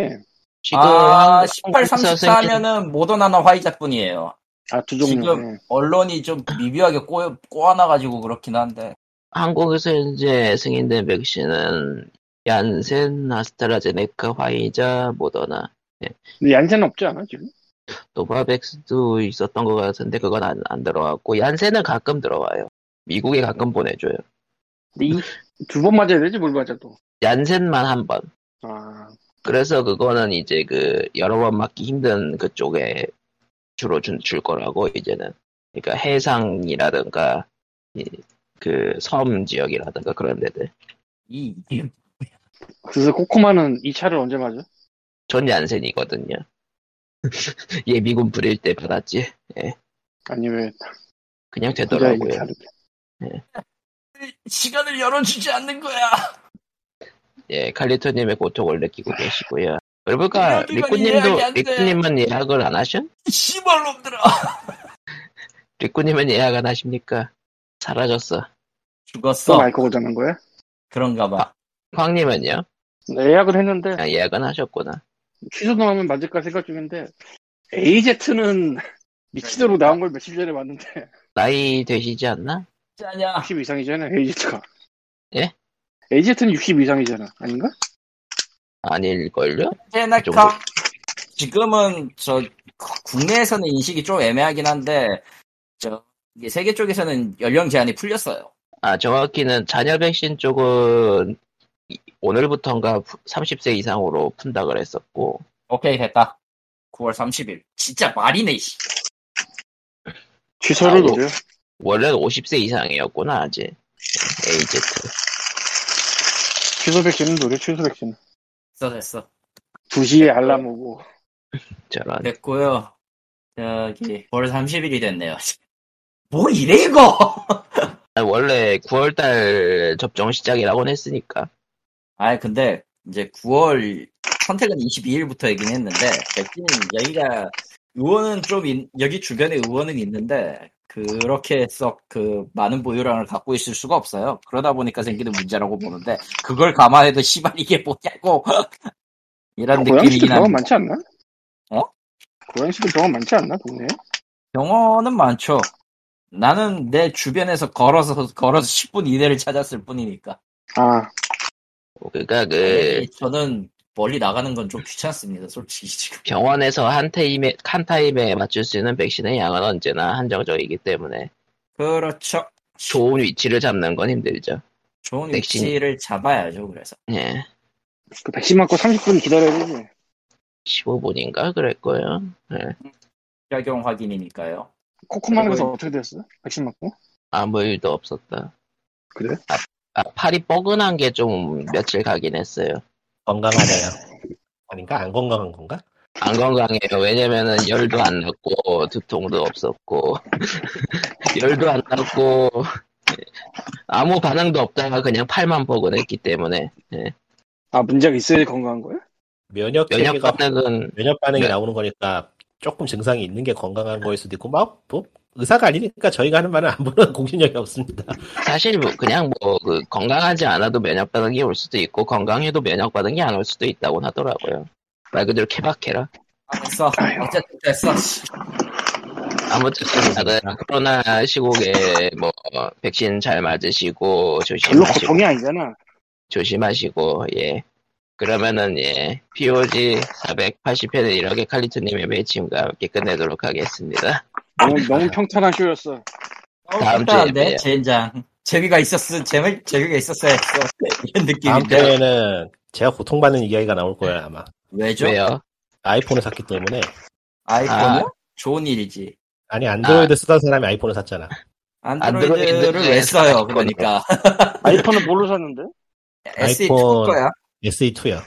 [SPEAKER 1] 지금
[SPEAKER 2] 아,
[SPEAKER 1] 한국-
[SPEAKER 2] 18,
[SPEAKER 1] 한국에서
[SPEAKER 2] 34 하면은 모더나나 화이자뿐이에요.
[SPEAKER 4] 아, 두 종류.
[SPEAKER 2] 지금-
[SPEAKER 4] 예.
[SPEAKER 2] 언론이 좀 미비하게 꼬, 꼬아놔가지고 그렇긴 한데.
[SPEAKER 1] 한국에서 현재 승인된 백신은 얀센, 아스트라제네카, 화이자, 모더나,
[SPEAKER 4] 근데 얀센 없지 않아, 지금?
[SPEAKER 1] 노바백스도 있었던 것 같은데 그건 안, 안 들어왔고 얀센은 가끔 들어와요. 미국에 가끔 보내줘요.
[SPEAKER 4] 근데 두 번 맞아야 되지, 뭘 맞아도.
[SPEAKER 1] 얀센만 한 번.
[SPEAKER 4] 아,
[SPEAKER 1] 그래서 그거는 이제 그 여러 번 맞기 힘든 그쪽에 주로 준, 줄 거라고 이제는. 그러니까 해상이라든가 그 섬 지역이라든가 그런 데들.
[SPEAKER 2] 이, 이-
[SPEAKER 4] 그래서 코코마는 이차를 언제 맞아?
[SPEAKER 1] 전 얀센이거든요. 예비군 부릴 때 받았지.
[SPEAKER 4] 아니, 왜,
[SPEAKER 1] 그냥
[SPEAKER 4] 부자의
[SPEAKER 1] 되더라고요.
[SPEAKER 4] 2차를.
[SPEAKER 2] 시간을 열어주지 않는 거야.
[SPEAKER 1] 예, 칼리토님의 고통을 느끼고 계시고요. 그러니까
[SPEAKER 2] 이런 기간이 예약이
[SPEAKER 1] 리꾸님도
[SPEAKER 2] 안 돼.
[SPEAKER 1] 리꾸님은 예약을 안 하신?
[SPEAKER 2] 씨발놈들아.
[SPEAKER 1] 리꾸님은 예약 안 하십니까? 사라졌어.
[SPEAKER 4] 또
[SPEAKER 2] 죽었어.
[SPEAKER 4] 마이크 고장난 거야?
[SPEAKER 2] 그런가 봐.
[SPEAKER 1] 황님은요?
[SPEAKER 4] 예약을 했는데,
[SPEAKER 1] 아, 예약은 하셨구나.
[SPEAKER 4] 취소도 하면 맞을까 생각 중인데, AZ는 미치도록 나온 걸 며칠 전에 봤는데,
[SPEAKER 1] 나이 되시지 않나?
[SPEAKER 2] 짜냐.
[SPEAKER 4] 60 이상이잖아, AZ가.
[SPEAKER 1] 예?
[SPEAKER 4] AZ는 60 이상이잖아, 아닌가?
[SPEAKER 1] 아닐걸요?
[SPEAKER 5] 뭐-
[SPEAKER 2] 제네카. 지금은 저 국내에서는 인식이 좀 애매하긴 한데 저 이게 세계 쪽에서는 연령 제한이 풀렸어요.
[SPEAKER 1] 아, 정확히는 자녀 백신 쪽은 이- 오늘부터인가 30세 이상으로 푼다 그랬었고,
[SPEAKER 2] 오케이 됐다. 9월 30일. 진짜 말이네. 씨.
[SPEAKER 4] 취소를
[SPEAKER 1] 아이고.
[SPEAKER 4] 노려.
[SPEAKER 1] 원래는 50세 이상이었구나, 아직. AZ.
[SPEAKER 4] 취소 백신은 노려, 취소 백신은.
[SPEAKER 2] 됐어 됐어.
[SPEAKER 4] 2시에 알람 오고,
[SPEAKER 1] 저런.
[SPEAKER 2] 네. 됐고요. 저기 9월 30일이 됐네요. 뭘 이래 이거?
[SPEAKER 1] 아, 원래 9월달 접종 시작이라고는 했으니까.
[SPEAKER 2] 아 근데 이제 9월 선택은 22일부터이긴 했는데 백신 여기가 의원은 좀 인- 여기 주변에 의원은 있는데 그렇게 썩 그 많은 보유량을 갖고 있을 수가 없어요. 그러다 보니까 생기는 문제라고 보는데 그걸 감안해도 시발 이게 뭐냐고 이런
[SPEAKER 4] 고양시도
[SPEAKER 2] 느낌이긴
[SPEAKER 4] 병원
[SPEAKER 2] 합니다.
[SPEAKER 4] 많지 않나?
[SPEAKER 2] 어?
[SPEAKER 4] 고양시도 병원 많지 않나, 동네에?
[SPEAKER 2] 병원은 많죠. 나는 내 주변에서 걸어서 걸어서 10분 이내를 찾았을 뿐이니까. 네,
[SPEAKER 4] 아,
[SPEAKER 1] 그러니까 그
[SPEAKER 2] 저는 멀리 나가는 건 좀 귀찮습니다. 솔직히 지금.
[SPEAKER 1] 병원에서 한 타임에 한 타임에 맞출 수 있는 백신의 양은 언제나 한정적이기 때문에
[SPEAKER 2] 그렇죠.
[SPEAKER 1] 좋은 위치를 잡는 건 힘들죠.
[SPEAKER 2] 좋은
[SPEAKER 1] 백신.
[SPEAKER 2] 위치를 잡아야죠. 그래서
[SPEAKER 1] 예,
[SPEAKER 4] 그 백신 맞고 30분 기다려야 되지.
[SPEAKER 1] 15분인가 그럴 거예요.
[SPEAKER 2] 작용 확인이니까요.
[SPEAKER 4] 코코마에서
[SPEAKER 2] 그리고-
[SPEAKER 4] 어떻게 됐어? 백신 맞고?
[SPEAKER 1] 아무 일도 없었다.
[SPEAKER 4] 그래?
[SPEAKER 1] 아, 아, 팔이 뻐근한 게 좀 며칠 가긴 했어요.
[SPEAKER 5] 건강하네요. 아닌가? 안 건강한 건가?
[SPEAKER 1] 안 건강해요. 왜냐면은 열도 안 났고 두통도 없었고 열도 안 났고 아무 반응도 없다가 그냥 팔만 뻐근했기 때문에
[SPEAKER 4] 아, 문제가 있어야 건강한 거야?
[SPEAKER 5] 면역
[SPEAKER 1] 면역
[SPEAKER 5] 체계가
[SPEAKER 1] 반응은
[SPEAKER 5] 면역 반응이
[SPEAKER 1] 네.
[SPEAKER 5] 나오는 거니까 조금 증상이 있는 게 건강한 거일 수도 있고 막 뭐, 의사가 아니니까 저희가 하는 말은 아무런 공신력이 없습니다.
[SPEAKER 1] 사실 뭐 그냥 뭐 그 건강하지 않아도 면역 반응이 올 수도 있고 건강해도 면역 반응이 안 올 수도 있다고 하더라고요. 말 그대로 케바케라.
[SPEAKER 2] 아, 됐어.
[SPEAKER 4] 아유.
[SPEAKER 2] 어쨌든 됐어.
[SPEAKER 1] 아무튼 다들 코로나 시국에 뭐 백신 잘 맞으시고
[SPEAKER 4] 별로
[SPEAKER 1] 조심하시고
[SPEAKER 4] 고통이 아니잖아.
[SPEAKER 1] 조심하시고 예. 그러면은 예 POG 480회는 이렇게 칼리트님의 매침과 함께 끝내도록 하겠습니다.
[SPEAKER 4] 너무, 너무 평탄한 쇼였어.
[SPEAKER 1] 다음 주에
[SPEAKER 2] 다음주인데 네,
[SPEAKER 1] 봬요.
[SPEAKER 2] 젠장. 재미가 있었어. 재미 재미가 있었어야 했어. 이런
[SPEAKER 5] 다음
[SPEAKER 4] 예, 네.
[SPEAKER 2] 느낌인데
[SPEAKER 5] 주에는 제가 고통받는 이야기가 나올 거예요 아마.
[SPEAKER 2] 왜죠?
[SPEAKER 1] 왜요?
[SPEAKER 5] 아이폰을 샀기 때문에
[SPEAKER 2] 아이폰은 좋은 일이지.
[SPEAKER 5] 아니 안드로이드 쓰던 사람이 아이폰을 샀잖아.
[SPEAKER 2] 안드로이드를
[SPEAKER 1] 안드로이드는 네,
[SPEAKER 2] 왜 써요?
[SPEAKER 1] 아이폰으로.
[SPEAKER 2] 그러니까 E
[SPEAKER 4] 아이폰은 뭘로 샀는데?
[SPEAKER 2] SE
[SPEAKER 5] 아이폰.
[SPEAKER 2] 줄 거야.
[SPEAKER 5] SE2요.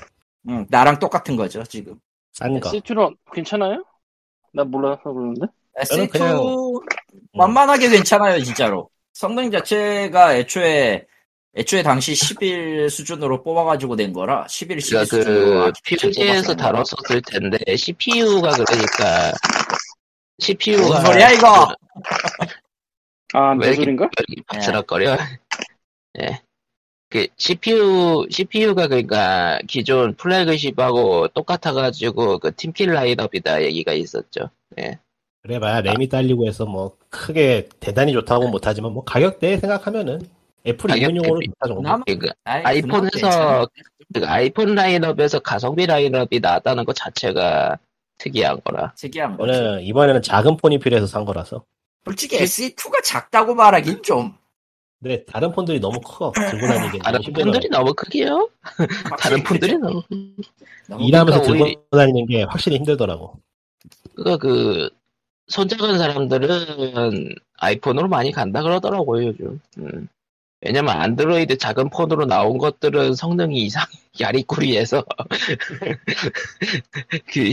[SPEAKER 2] 응, 나랑 똑같은 거죠 지금.
[SPEAKER 5] E
[SPEAKER 4] E
[SPEAKER 5] 싼 거.
[SPEAKER 4] C2로 괜찮아요? 나 몰라서 그러는데?
[SPEAKER 5] 저는
[SPEAKER 2] SE2
[SPEAKER 5] 그냥-
[SPEAKER 2] 아, 만만하게 괜찮아요 진짜로. 성능 자체가 애초에 애초에 당시 10일 수준으로 뽑아가지고 낸 거라 11, 12
[SPEAKER 1] 그러니까
[SPEAKER 2] 수준으로
[SPEAKER 1] 그
[SPEAKER 2] 뭐 아키텍처를
[SPEAKER 1] PP에서
[SPEAKER 2] 뽑았어요.
[SPEAKER 1] 다뤘었을 텐데 CPU가 그러니까 CPU가
[SPEAKER 2] 뭔 소리야 이거?
[SPEAKER 4] 아,
[SPEAKER 1] 왜
[SPEAKER 4] 내
[SPEAKER 1] 이렇게-
[SPEAKER 4] 소린가?
[SPEAKER 1] 박스럭거려. 예. 그 CPU CPU가 그러니까 기존 플래그십하고 똑같아가지고 그 팀킬 라인업이다 얘기가 있었죠.
[SPEAKER 5] 그래봐야 램이 딸리고 해서 뭐 크게 대단히 좋다고 못하지만 뭐 가격대 생각하면은 애플이
[SPEAKER 1] 네. 가격대
[SPEAKER 5] 인문용으로
[SPEAKER 1] 비-
[SPEAKER 5] 좋다 정도.
[SPEAKER 2] 남-
[SPEAKER 1] 그러니까
[SPEAKER 2] 아이, 그나마 괜찮아.
[SPEAKER 1] 아이폰에서 그 아이폰 라인업에서 가성비 라인업이 나왔다는 것 자체가 특이한 거라.
[SPEAKER 2] 특이한 거지.
[SPEAKER 5] 저는 이번에는 작은 폰이 필요해서 산 거라서.
[SPEAKER 2] 솔직히 SE2가 작다고 말하긴 좀.
[SPEAKER 5] 근데 다른 폰들이 너무 커 들고 다니기
[SPEAKER 1] 다른
[SPEAKER 5] 너무 힘들어.
[SPEAKER 1] 폰들이 너무 크기요? 다른 폰들이 너무
[SPEAKER 2] 너무
[SPEAKER 5] 일하면서
[SPEAKER 1] 그러니까
[SPEAKER 5] 들고
[SPEAKER 1] 오히려-
[SPEAKER 5] 다니는 게 확실히 힘들더라고.
[SPEAKER 1] 그러니까 그 손잡은 사람들은 아이폰으로 많이 간다 그러더라고요 요즘. 음. 왜냐면 안드로이드 작은 폰으로 나온 것들은 성능이 이상 야리꾸리해서 그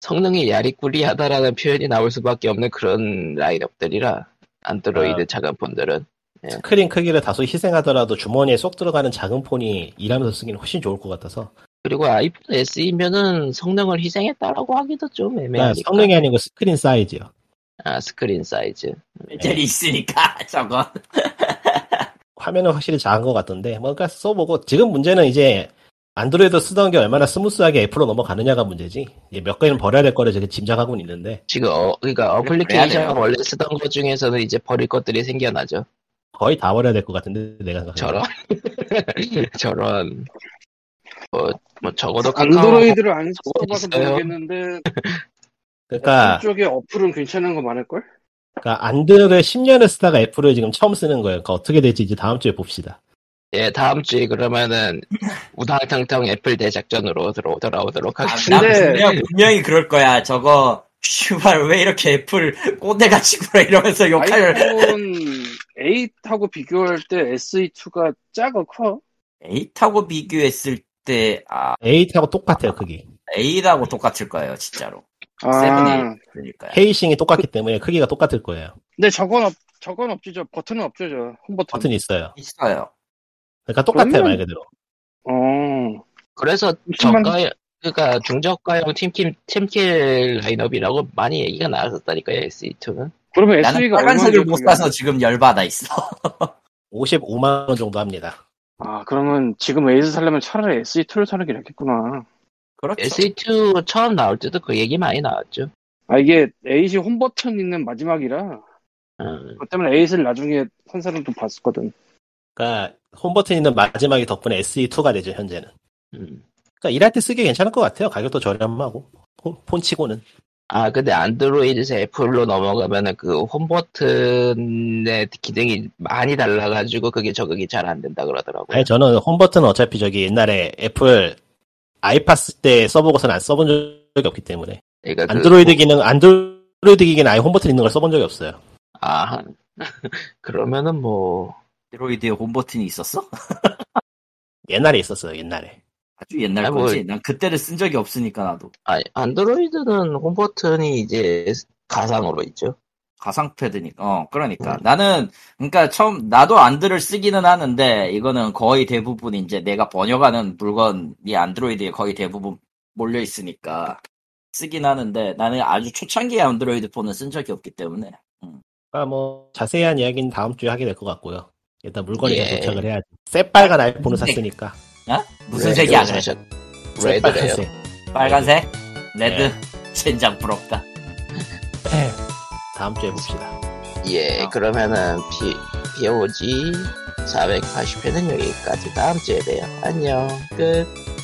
[SPEAKER 1] 성능이 야리꾸리하다라는 표현이 나올 수밖에 없는 그런 라인업들이라 안드로이드
[SPEAKER 5] 아.
[SPEAKER 1] 작은 폰들은 네.
[SPEAKER 5] 스크린 크기를 다소 희생하더라도 주머니에 쏙 들어가는 작은 폰이 일하면서 쓰기는 훨씬 좋을 것 같아서.
[SPEAKER 1] 그리고 아이폰 SE면은 성능을 희생했다라고 하기도 좀
[SPEAKER 5] 그러니까
[SPEAKER 1] 애매하니까
[SPEAKER 5] 성능이 아니고 스크린 사이즈요.
[SPEAKER 1] 아 스크린 사이즈
[SPEAKER 2] 젤이 있으니까 아, 저건.
[SPEAKER 5] 화면은 확실히 작은 것 같던데, 뭐, 그러니까 써보고, 지금 문제는 이제, 안드로이드 쓰던 게 얼마나 스무스하게 애플로 넘어가느냐가 문제지. 이제 몇 개는 버려야 될 거를 지금 짐작하고는 있는데,
[SPEAKER 1] 지금 어, 그러니까
[SPEAKER 2] 그래야
[SPEAKER 1] 어플리케이션
[SPEAKER 2] 돼요.
[SPEAKER 1] 원래 쓰던 것 중에서는 이제 버릴 것들이 생겨나죠.
[SPEAKER 5] 거의 다 버려야 될 것 같은데, 내가 생각해.
[SPEAKER 1] 저런 저런 뭐, 뭐 적어도 카카오
[SPEAKER 4] 안드로이드를 안 써봐서
[SPEAKER 1] 있어요.
[SPEAKER 4] 모르겠는데,
[SPEAKER 5] 그러니까,
[SPEAKER 4] 쪽에 어플은 괜찮은 거 많을걸?
[SPEAKER 5] 그러니까 안드로이드 10년을 쓰다가 애플을 지금 처음 쓰는 거예요. 그러니까 어떻게 될지 이제 다음 주에 봅시다.
[SPEAKER 1] 예 다음 주에 그러면은 우당탕탕 애플 대작전으로 들어 돌아오도록
[SPEAKER 2] 아,
[SPEAKER 1] 하겠습니다.
[SPEAKER 2] 나
[SPEAKER 4] 근데-
[SPEAKER 2] 분명, 분명히 그럴 거야. 저거 슈발 왜 이렇게 애플 꼰대같이 굴어 이러면서 욕할.
[SPEAKER 4] 아이폰 8하고 비교할 때 SE2가 작아 커?
[SPEAKER 2] 8하고 비교했을 때 아,
[SPEAKER 5] 8하고 똑같아요, 크기.
[SPEAKER 2] 8하고 똑같을 거예요, 진짜로.
[SPEAKER 4] 아,
[SPEAKER 2] 세븐이. 그러니까.
[SPEAKER 5] 헤이싱이 똑같기 때문에 크기가 똑같을 거예요.
[SPEAKER 4] 근데 네, 저건 없, 저건 없지, 저 버튼은 없죠, 저 홈버튼.
[SPEAKER 5] 버튼이 있어요.
[SPEAKER 2] 있어요.
[SPEAKER 5] 그러니까 똑같아요,
[SPEAKER 4] 그러면-
[SPEAKER 5] 말 그대로.
[SPEAKER 4] 어,
[SPEAKER 1] 그래서
[SPEAKER 4] 잠시만.
[SPEAKER 1] 저가 그러니까 중저가형 팀킬 팀킬 라인업이라고 많이 얘기가 나왔었다니까요 SE2는
[SPEAKER 4] 그러면
[SPEAKER 2] 나는
[SPEAKER 4] SE가
[SPEAKER 2] 빨간색을 못 사서 지금 열받아 있어.
[SPEAKER 5] 55만원 정도 합니다.
[SPEAKER 4] 아, 그러면 지금 에이즈 살려면 차라리 SE2를 사는 게 낫겠구나.
[SPEAKER 2] 그렇죠.
[SPEAKER 1] SE2 처음 나올 때도 그 얘기 많이 나왔죠.
[SPEAKER 4] 아, 이게 에이지 홈버튼 있는 마지막이라,
[SPEAKER 1] 음,
[SPEAKER 4] 그 때문에 에이즈를 나중에 산 사람도 봤었거든.
[SPEAKER 5] 그러니까, 홈버튼 있는 마지막이 덕분에 SE2가 되죠, 현재는.
[SPEAKER 1] 음.
[SPEAKER 5] 그러니까 일할 때 쓰기 괜찮을 것 같아요. 가격도 저렴하고 폰, 폰 치고는
[SPEAKER 1] 아, 근데 안드로이드에서 애플로 넘어가면은 그 홈버튼의 기능이 많이 달라가지고 그게 적응이 잘 안 된다 그러더라고요.
[SPEAKER 5] 아니 저는 홈버튼은 어차피 저기 옛날에 애플 아이파스 때 써보고서는 안 써본 적이 없기 때문에
[SPEAKER 1] 그러니까 그
[SPEAKER 5] 안드로이드
[SPEAKER 1] 뭐-
[SPEAKER 5] 기능 안드로이드 기기는 아예 홈버튼 있는 걸 써본 적이 없어요.
[SPEAKER 1] 아, 그러면은 뭐,
[SPEAKER 2] 드로이드에 홈버튼이 있었어?
[SPEAKER 5] 옛날에 있었어요. 옛날에
[SPEAKER 2] 아주 옛날
[SPEAKER 1] 아니, 뭐-
[SPEAKER 2] 거지. 난 그때를 쓴 적이 없으니까 나도.
[SPEAKER 1] 아 안드로이드는 홈버튼이 이제 가상으로 있죠.
[SPEAKER 2] 가상 패드니까. 어, 그러니까. 나는, 그러니까 처음, 나도 안드를 쓰기는 하는데, 이거는 거의 대부분 이제 내가 번역하는 물건이 안드로이드에 거의 대부분 몰려있으니까 쓰긴 하는데, 나는 아주 초창기에 안드로이드 폰은 쓴 적이 없기 때문에.
[SPEAKER 5] 그러니까 뭐 자세한 이야기는 다음 주에 하게 될 것 같고요. 일단 물건이
[SPEAKER 1] 예.
[SPEAKER 5] 다 도착을 해야지. 새빨간 아이폰을
[SPEAKER 2] 네.
[SPEAKER 5] 샀으니까
[SPEAKER 2] 무슨
[SPEAKER 1] 레드로
[SPEAKER 2] 색이야, 그래?
[SPEAKER 1] 사셨- 레드래요.
[SPEAKER 5] 새빨간색.
[SPEAKER 2] 빨간색? 레드? 젠장 부럽다.
[SPEAKER 5] 네. 다음 주에 봅시다.
[SPEAKER 1] 예,
[SPEAKER 2] 어.
[SPEAKER 1] 그러면은 비, 비오지 480회는 여기까지. 다음 주에 봬요. 안녕. 끝.